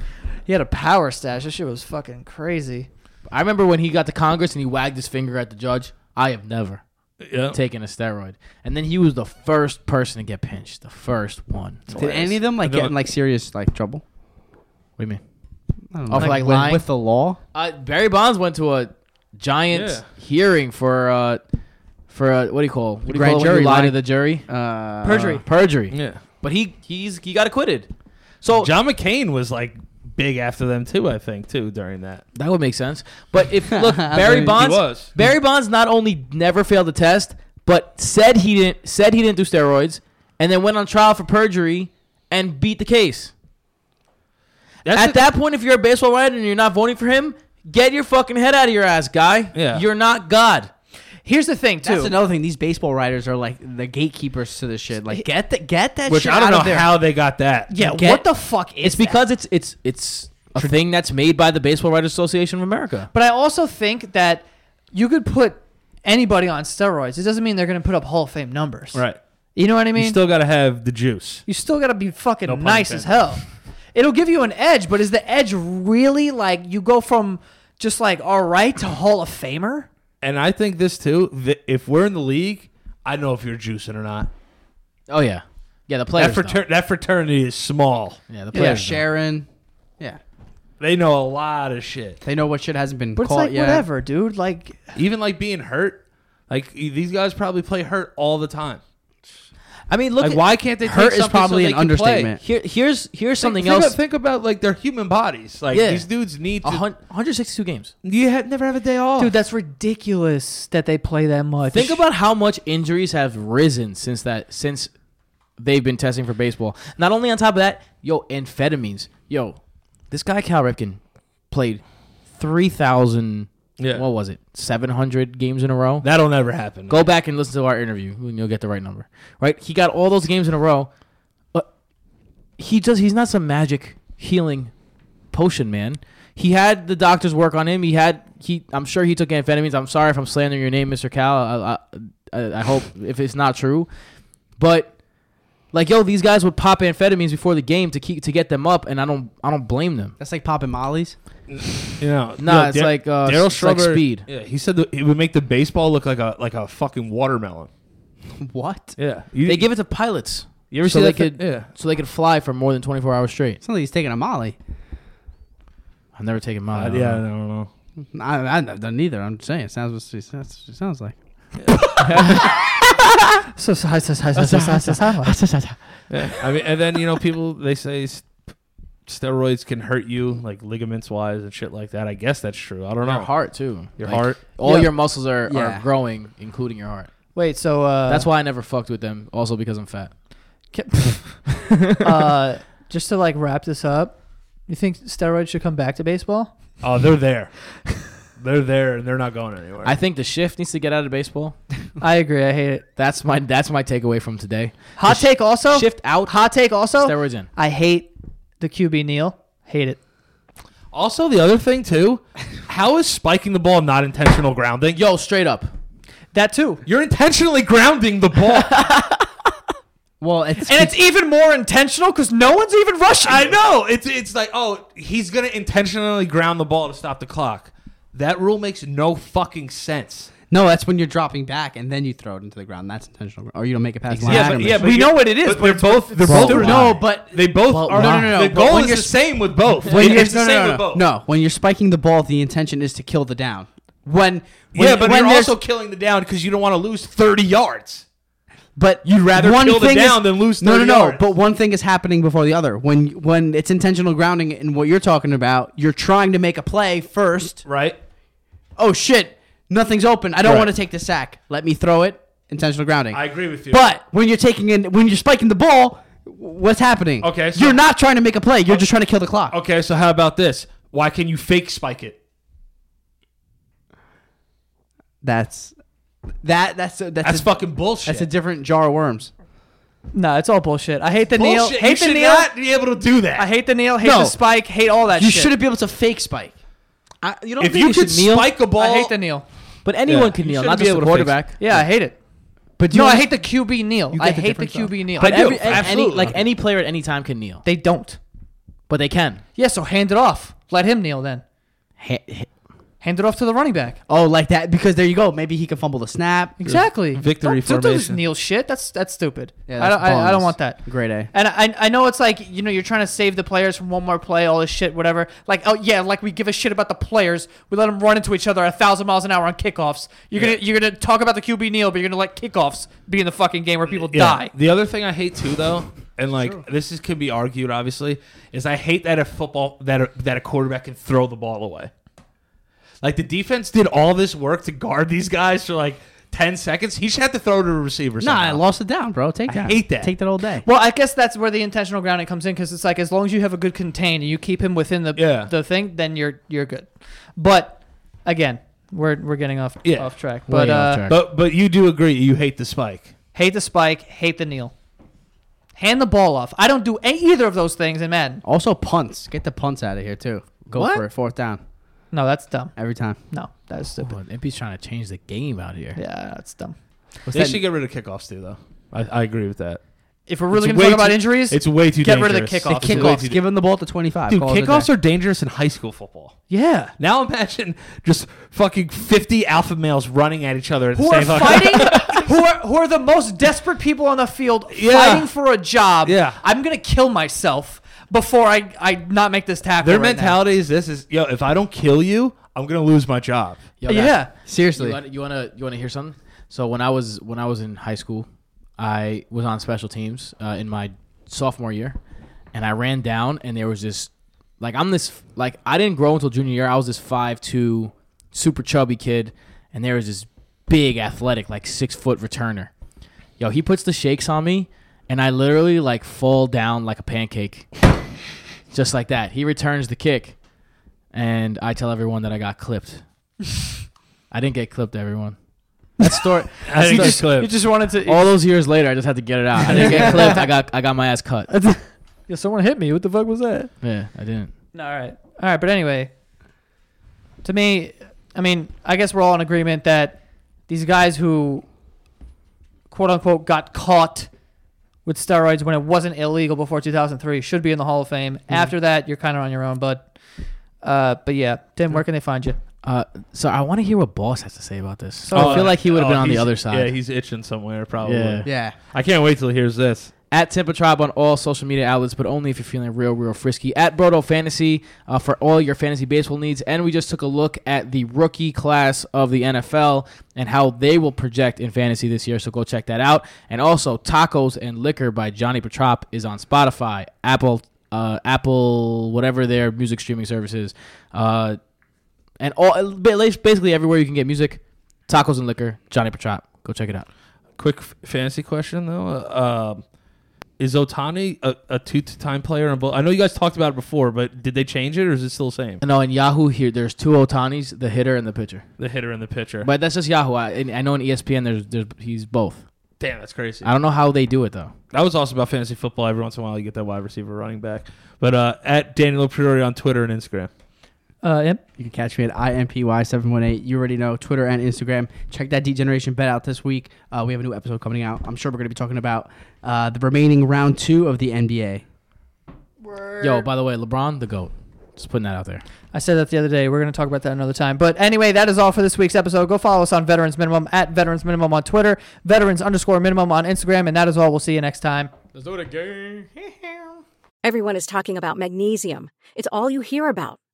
[SPEAKER 1] he had a power stash. That shit was fucking crazy.
[SPEAKER 5] I remember when he got to Congress and he wagged his finger at the judge. I have never
[SPEAKER 4] Yeah.
[SPEAKER 5] taken a steroid. And then he was the first person to get pinched. The first one.
[SPEAKER 3] Did any of them like
[SPEAKER 4] I don't-
[SPEAKER 3] get in like serious like trouble?
[SPEAKER 5] What do you mean?
[SPEAKER 3] I don't
[SPEAKER 5] Oh, for, like,
[SPEAKER 3] with,
[SPEAKER 5] lying?
[SPEAKER 3] with the law.
[SPEAKER 5] Uh, Barry Bonds went to a giant
[SPEAKER 4] Yeah.
[SPEAKER 5] hearing for uh, for uh, what do you call what do you
[SPEAKER 3] grand
[SPEAKER 5] call it when
[SPEAKER 3] jury
[SPEAKER 5] you lie to
[SPEAKER 3] lying-
[SPEAKER 5] the jury?
[SPEAKER 3] Uh,
[SPEAKER 1] Perjury.
[SPEAKER 5] Perjury.
[SPEAKER 4] Yeah.
[SPEAKER 5] But he he's he got acquitted. So
[SPEAKER 4] John McCain was like big after them too, I think, too, during that.
[SPEAKER 5] that would make sense. But *laughs* if look Barry
[SPEAKER 3] He
[SPEAKER 5] Bonds
[SPEAKER 4] was.
[SPEAKER 5] Barry Bonds not only never failed the test, but said he didn't said he didn't do steroids and then went on trial for perjury and beat the case.
[SPEAKER 4] That's
[SPEAKER 5] At
[SPEAKER 4] the-
[SPEAKER 5] that point if you're a baseball writer and you're not voting for him, get your fucking head out of your ass, guy.
[SPEAKER 4] Yeah.
[SPEAKER 5] You're not God.
[SPEAKER 1] Here's the thing, too.
[SPEAKER 3] That's another thing. These baseball writers are like the gatekeepers to this shit. Like, get the, get that
[SPEAKER 4] Which
[SPEAKER 3] shit
[SPEAKER 4] I don't
[SPEAKER 3] out of
[SPEAKER 4] know
[SPEAKER 3] there.
[SPEAKER 4] how they got that.
[SPEAKER 1] yeah,
[SPEAKER 3] Get-
[SPEAKER 1] what the fuck is
[SPEAKER 5] It's because it's it's it's a thing that's made by the Baseball Writers Association of America.
[SPEAKER 1] But I also think that you could put anybody on steroids. It doesn't mean they're going to put up Hall of Fame numbers.
[SPEAKER 4] Right.
[SPEAKER 1] You know what I mean?
[SPEAKER 4] You still gotta have the juice.
[SPEAKER 1] got to be fucking
[SPEAKER 4] No pun
[SPEAKER 1] nice as
[SPEAKER 4] intended.
[SPEAKER 1] hell. It'll give you an edge, but is the edge really like you go from just like all right to Hall of Famer?
[SPEAKER 4] And I think this too, that if we're in the league, I know if you're juicing or not.
[SPEAKER 5] Oh yeah, yeah. The
[SPEAKER 4] That,
[SPEAKER 5] players.
[SPEAKER 4] frater- that fraternity is small.
[SPEAKER 5] don't. Yeah, the
[SPEAKER 3] Yeah,
[SPEAKER 5] players. don't.
[SPEAKER 3] Sharon. Yeah,
[SPEAKER 4] They know a lot of shit.
[SPEAKER 3] they know what shit hasn't been
[SPEAKER 1] But it's
[SPEAKER 3] caught
[SPEAKER 1] like
[SPEAKER 3] yet.
[SPEAKER 1] whatever, dude. Like
[SPEAKER 4] even like being hurt. Like e- these guys probably play hurt all the time.
[SPEAKER 5] I mean, look.
[SPEAKER 4] Like
[SPEAKER 5] at-
[SPEAKER 4] why can't they?
[SPEAKER 3] Hurt
[SPEAKER 4] take
[SPEAKER 3] is
[SPEAKER 4] something
[SPEAKER 3] probably
[SPEAKER 4] so
[SPEAKER 3] an
[SPEAKER 4] they can play?
[SPEAKER 3] understatement.
[SPEAKER 5] Here, here's here's something
[SPEAKER 4] think,
[SPEAKER 5] else.
[SPEAKER 4] Think, think about like their human bodies. Like
[SPEAKER 5] Yeah.
[SPEAKER 4] these dudes need
[SPEAKER 5] A
[SPEAKER 4] to.
[SPEAKER 5] hun- 162 games.
[SPEAKER 4] you have, never have a day off.
[SPEAKER 1] Dude, that's ridiculous that they play that much.
[SPEAKER 5] Think about how much injuries have risen since that since they've been testing for baseball. Not only on top of that, yo, amphetamines. Yo, this guy Cal Ripken played three thousand.
[SPEAKER 4] Yeah.
[SPEAKER 5] What was it? Seven hundred games in a row.
[SPEAKER 4] That'll never happen.
[SPEAKER 5] Go back and listen to our interview, and you'll get the right number. Right? He got all those games in a row. But he just—he's not some magic healing potion, man. He had the doctors work on him. He had—he—I'm sure he took amphetamines. I'm sorry if I'm slandering your name, Mr. Cal. I, I, I- I hope if it's not true, but like, yo, these guys would pop amphetamines before the game to keep to get them up, and I don't—I don't blame them.
[SPEAKER 3] That's like popping mollies.
[SPEAKER 4] You know,
[SPEAKER 5] Nah,
[SPEAKER 4] look,
[SPEAKER 5] it's
[SPEAKER 4] Dar-
[SPEAKER 5] like,
[SPEAKER 4] Daryl
[SPEAKER 5] uh, it's like
[SPEAKER 4] Strawberry-
[SPEAKER 5] speed.
[SPEAKER 4] Yeah, he said that it would make the baseball look like a like a fucking watermelon.
[SPEAKER 3] What?
[SPEAKER 4] Yeah,
[SPEAKER 5] They give it to pilots
[SPEAKER 4] You ever
[SPEAKER 5] so
[SPEAKER 4] see
[SPEAKER 5] they
[SPEAKER 4] that? fi-
[SPEAKER 5] could
[SPEAKER 4] yeah,
[SPEAKER 5] so they could fly for more than 24 hours straight.
[SPEAKER 3] It's not like he's taking a molly.
[SPEAKER 5] I've never taken
[SPEAKER 4] Uh,
[SPEAKER 5] mine. I don't
[SPEAKER 4] yeah. I
[SPEAKER 5] know.
[SPEAKER 4] don't know.
[SPEAKER 3] I, I haven't done either. I'm just saying. It sounds what she, that's what she sounds like.
[SPEAKER 1] so so- so- so- so- so- so- so- so- so-
[SPEAKER 4] Yeah. I mean, and then you know, people they say s- steroids can hurt you like ligaments wise and shit like that. I guess that's true. I don't know.
[SPEAKER 5] Your heart too.
[SPEAKER 4] Oh. Your
[SPEAKER 5] Like,
[SPEAKER 4] heart.
[SPEAKER 5] All
[SPEAKER 1] Yeah.
[SPEAKER 5] your muscles are,
[SPEAKER 3] Yeah.
[SPEAKER 5] are growing, including your heart.
[SPEAKER 1] Wait, so uh,
[SPEAKER 5] That's why I never fucked with them. Also because I'm fat.
[SPEAKER 1] *laughs* uh, just to like wrap this up, you think steroids should come back to baseball?
[SPEAKER 4] Oh, they're there. they're there, and they're not going anywhere.
[SPEAKER 5] I think the shift needs to get out of baseball.
[SPEAKER 1] I agree. I hate it.
[SPEAKER 5] That's my that's my takeaway from today.
[SPEAKER 1] Hot take also.
[SPEAKER 5] Shift out.
[SPEAKER 1] Hot take also.
[SPEAKER 5] Steroids in.
[SPEAKER 1] I hate the QB Neil. Hate it.
[SPEAKER 4] also, the other thing too, how is spiking the ball not intentional grounding?
[SPEAKER 5] Yo, straight up.
[SPEAKER 1] That too.
[SPEAKER 4] You're intentionally grounding the ball.
[SPEAKER 3] *laughs* Well, it's
[SPEAKER 1] And it's even more intentional because no one's even rushing.
[SPEAKER 4] I know. It's it's like, oh, he's gonna intentionally ground the ball to stop the clock. That rule makes no fucking sense.
[SPEAKER 3] no. That's when you're dropping back and then you throw it into the ground. That's intentional. Or you don't make it past. the line.
[SPEAKER 1] We know
[SPEAKER 4] you're-
[SPEAKER 1] what it is,
[SPEAKER 4] but
[SPEAKER 1] but
[SPEAKER 4] they're both. They're both.
[SPEAKER 3] stupid. No,
[SPEAKER 4] No, but they both
[SPEAKER 5] but
[SPEAKER 4] are. No,
[SPEAKER 5] why?
[SPEAKER 4] no, no. The
[SPEAKER 3] But
[SPEAKER 4] goal
[SPEAKER 3] when
[SPEAKER 4] is
[SPEAKER 3] you're
[SPEAKER 4] the
[SPEAKER 3] s-
[SPEAKER 4] same with both.
[SPEAKER 3] when
[SPEAKER 4] It-
[SPEAKER 3] you're
[SPEAKER 4] it's the
[SPEAKER 3] no, no,
[SPEAKER 4] same
[SPEAKER 3] no,
[SPEAKER 4] with
[SPEAKER 3] no.
[SPEAKER 4] both.
[SPEAKER 3] No, when you're spiking the ball, the intention is to kill the down. When, when
[SPEAKER 4] yeah, but
[SPEAKER 3] when
[SPEAKER 4] you're
[SPEAKER 3] there's-
[SPEAKER 4] also killing the down because you don't want to lose 30 yards.
[SPEAKER 3] but
[SPEAKER 4] you'd rather kill the down than lose
[SPEAKER 3] No, no,
[SPEAKER 4] 30
[SPEAKER 3] no.
[SPEAKER 4] yards.
[SPEAKER 3] But one thing is happening before the other. When when it's intentional grounding and what you're talking about, you're trying to make a play first.
[SPEAKER 4] Right.
[SPEAKER 3] Oh shit, nothing's open. I don't
[SPEAKER 4] Right.
[SPEAKER 3] want to take the sack. Let me throw it. Intentional grounding.
[SPEAKER 4] I agree with you.
[SPEAKER 3] But when you're taking in, when you're spiking the ball, what's happening?
[SPEAKER 4] Okay, so-
[SPEAKER 3] you're not trying to make a play. You're just trying to kill the clock.
[SPEAKER 4] Okay, so how about this? Why can you fake spike it?
[SPEAKER 3] That's that that's a, that's
[SPEAKER 4] That's
[SPEAKER 3] a,
[SPEAKER 4] fucking bullshit.
[SPEAKER 3] that's a different jar of worms.
[SPEAKER 1] No, it's all bullshit. I hate the nail.
[SPEAKER 4] bullshit. you
[SPEAKER 1] Hate the
[SPEAKER 4] should
[SPEAKER 1] nail.
[SPEAKER 4] not be able to do that.
[SPEAKER 1] I hate the nail. Hate
[SPEAKER 3] No.
[SPEAKER 1] the spike. Hate all that
[SPEAKER 3] You
[SPEAKER 1] shit.
[SPEAKER 3] shouldn't be able to fake spike.
[SPEAKER 5] I, you don't
[SPEAKER 4] if
[SPEAKER 5] think
[SPEAKER 4] you
[SPEAKER 5] you
[SPEAKER 4] could
[SPEAKER 5] should kneel,
[SPEAKER 4] spike a ball,
[SPEAKER 1] I hate the kneel.
[SPEAKER 5] but anyone
[SPEAKER 4] Yeah.
[SPEAKER 5] can
[SPEAKER 4] You
[SPEAKER 5] kneel,
[SPEAKER 4] shouldn't
[SPEAKER 5] not
[SPEAKER 4] be
[SPEAKER 5] just
[SPEAKER 4] able
[SPEAKER 5] the
[SPEAKER 4] to fix
[SPEAKER 5] quarterback.
[SPEAKER 1] Yeah, I hate it.
[SPEAKER 5] But
[SPEAKER 1] No, I hate the QB kneel.
[SPEAKER 3] get
[SPEAKER 1] I
[SPEAKER 3] the
[SPEAKER 1] hate the
[SPEAKER 3] difference, though.
[SPEAKER 1] QB kneel.
[SPEAKER 5] But
[SPEAKER 4] I do,
[SPEAKER 5] every, and any
[SPEAKER 4] absolutely.
[SPEAKER 5] like any player at any time can kneel,
[SPEAKER 1] they don't.
[SPEAKER 5] but they can.
[SPEAKER 1] Yeah, so hand it off. Let him kneel then.
[SPEAKER 5] Ha- ha-
[SPEAKER 1] Hand it off to the running back.
[SPEAKER 3] Oh, like that because there you go. Maybe he can fumble the snap.
[SPEAKER 1] Exactly.
[SPEAKER 4] victory
[SPEAKER 1] don't, Don't do this
[SPEAKER 4] formation.
[SPEAKER 1] kneel shit. That's that's stupid.
[SPEAKER 3] Yeah,
[SPEAKER 1] I don't.
[SPEAKER 3] that's
[SPEAKER 1] I, I don't
[SPEAKER 3] bums.
[SPEAKER 1] want that.
[SPEAKER 3] Grade A.
[SPEAKER 1] And I, I know it's like you know you're trying to save the players from one more play, all this shit, whatever. Like oh yeah, like we give a shit about the players. We let them run into each other a thousand miles an hour on kickoffs. You're gonna you're gonna talk about the QB kneel, but you're gonna let kickoffs be in the fucking game where people die.
[SPEAKER 4] The other thing I hate too, though, and like this is could be argued, obviously, is I hate that a football that a, that a quarterback can throw the ball away. Like the defense did all this work to guard these guys for like ten seconds. He should have to throw to a receiver.
[SPEAKER 3] Nah, I
[SPEAKER 4] somehow.
[SPEAKER 3] lost it down, bro. Take that.
[SPEAKER 4] hate that.
[SPEAKER 3] Take that all day.
[SPEAKER 1] Well, I guess that's where the intentional grounding comes in because it's like as long as you have a good contain and you keep him within the
[SPEAKER 4] Yeah.
[SPEAKER 1] the thing, then you're you're good. But again, we're we're getting off
[SPEAKER 4] Yeah.
[SPEAKER 1] off track.
[SPEAKER 3] Way
[SPEAKER 1] But uh,
[SPEAKER 3] off track.
[SPEAKER 4] But but you do agree you hate the spike.
[SPEAKER 1] hate the spike, hate the kneel, hand the ball off. I don't do a- either of those things in Madden.
[SPEAKER 3] Also punts. Get the punts out of here too. Go
[SPEAKER 5] What?
[SPEAKER 3] for it. Fourth down
[SPEAKER 1] No, that's dumb.
[SPEAKER 3] every time.
[SPEAKER 1] No, that is stupid.
[SPEAKER 5] But MP's trying to change the game out here.
[SPEAKER 1] Yeah, that's dumb.
[SPEAKER 3] What's
[SPEAKER 4] They
[SPEAKER 3] that-
[SPEAKER 4] should get rid of kickoffs too, though. I, I agree with that.
[SPEAKER 1] If we're really going
[SPEAKER 4] It's
[SPEAKER 1] to
[SPEAKER 4] way
[SPEAKER 1] talk about
[SPEAKER 4] too-
[SPEAKER 1] injuries,
[SPEAKER 4] It's way too
[SPEAKER 1] Get rid of
[SPEAKER 4] dangerous.
[SPEAKER 1] the kickoffs.
[SPEAKER 4] It's
[SPEAKER 1] The
[SPEAKER 4] way
[SPEAKER 1] kickoffs.
[SPEAKER 4] too-
[SPEAKER 3] Give him the ball to twenty five.
[SPEAKER 4] Dude, kickoffs are dangerous in high school football.
[SPEAKER 1] yeah.
[SPEAKER 4] Now imagine just fucking 50 alpha males running at each other at the
[SPEAKER 1] Who are
[SPEAKER 4] same time.
[SPEAKER 1] fighting?
[SPEAKER 4] *laughs*
[SPEAKER 1] who are who are the most desperate people on the field
[SPEAKER 4] Yeah.
[SPEAKER 1] fighting for a job?
[SPEAKER 4] Yeah.
[SPEAKER 1] I'm going to kill myself before I I not make this tackle.
[SPEAKER 4] Their
[SPEAKER 1] right now.
[SPEAKER 4] mentality is this is yo, if I don't kill you, I'm gonna lose my job.
[SPEAKER 5] Yo, guys,
[SPEAKER 1] Yeah.
[SPEAKER 3] Seriously.
[SPEAKER 5] You wanna, you wanna you wanna hear something? So when I was when I was in high school, I was on special teams uh, in my sophomore year, and I ran down, and there was this like I'm this like I didn't grow until junior year. I was this five two, super chubby kid, and there was this big athletic like six foot returner. Yo, he puts the shakes on me, and I literally like fall down like a pancake, just like that. He returns the kick, and I tell everyone that I got clipped.
[SPEAKER 1] *laughs*
[SPEAKER 5] I didn't get clipped, everyone. That *laughs* story.
[SPEAKER 4] I think that's clip.
[SPEAKER 1] You just wanted to.
[SPEAKER 5] all those years later, I just had to get it out. I didn't *laughs* get clipped. I got I got my ass cut.
[SPEAKER 1] *laughs* yeah, someone hit me. What the fuck was that?
[SPEAKER 5] Yeah, I didn't.
[SPEAKER 1] No, all right, all right. But anyway, to me, I mean, I guess we're all in agreement that these guys who, quote unquote, got caught with steroids when it wasn't illegal before 2003 should be in the Hall of Fame. After that, you're kind of on your own. But, uh, but yeah, Tim, where can they find you?
[SPEAKER 5] Uh, so I want to hear what boss has to say about this.
[SPEAKER 1] Oh,
[SPEAKER 5] I feel like he would have
[SPEAKER 4] oh,
[SPEAKER 5] been on the
[SPEAKER 4] he's-
[SPEAKER 5] other side.
[SPEAKER 4] Yeah, he's itching somewhere probably.
[SPEAKER 5] Yeah.
[SPEAKER 3] yeah.
[SPEAKER 4] I can't wait till he hears this.
[SPEAKER 5] At Temple Tribe on all social media outlets, but only if you're feeling real, real frisky. At Brodo Fantasy uh, for all your fantasy baseball needs. And we just took a look at the rookie class of the NFL and how they will project in fantasy this year. So go check that out. And also, Tacos and Liquor by Johnny Petrop is on Spotify, Apple, uh, Apple, whatever their music streaming services, uh, and all basically everywhere you can get music. Tacos and Liquor, Johnny Petrop. Go check it out.
[SPEAKER 4] Quick f- fantasy question though. Uh, um, is Otani a, a two-time player? In both? I know you guys talked about it before, but did they change it or is it still the same?
[SPEAKER 5] No, in Yahoo here, there's two Otanis, the hitter and the pitcher.
[SPEAKER 4] The hitter and the pitcher.
[SPEAKER 5] But that's just Yahoo. I, and I know in E ESPN, there's there's he's both.
[SPEAKER 4] Damn, that's crazy.
[SPEAKER 5] I don't know how they do it though.
[SPEAKER 4] I was also about fantasy football. Every once in a while, you get that wide receiver, running back. But uh, at Daniel Priori on Twitter and Instagram.
[SPEAKER 1] Uh, yep.
[SPEAKER 3] You can catch me at IMPY718. You already know Twitter and Instagram. Check that Degeneration bet out this week. Uh, we have a new episode coming out. I'm sure we're going to be talking about uh, the remaining round two of the NBA.
[SPEAKER 5] Yo, by the way, LeBron the goat. Just putting that out there.
[SPEAKER 1] I said that the other day. We're going to talk about that another time. But anyway, that is all for this week's episode. Go follow us on Veterans Minimum at Veterans Minimum on Twitter, Veterans underscore Minimum on Instagram, and that is all. We'll see you next time.
[SPEAKER 5] Let's do it again.
[SPEAKER 6] Everyone is talking about magnesium. It's all you hear about.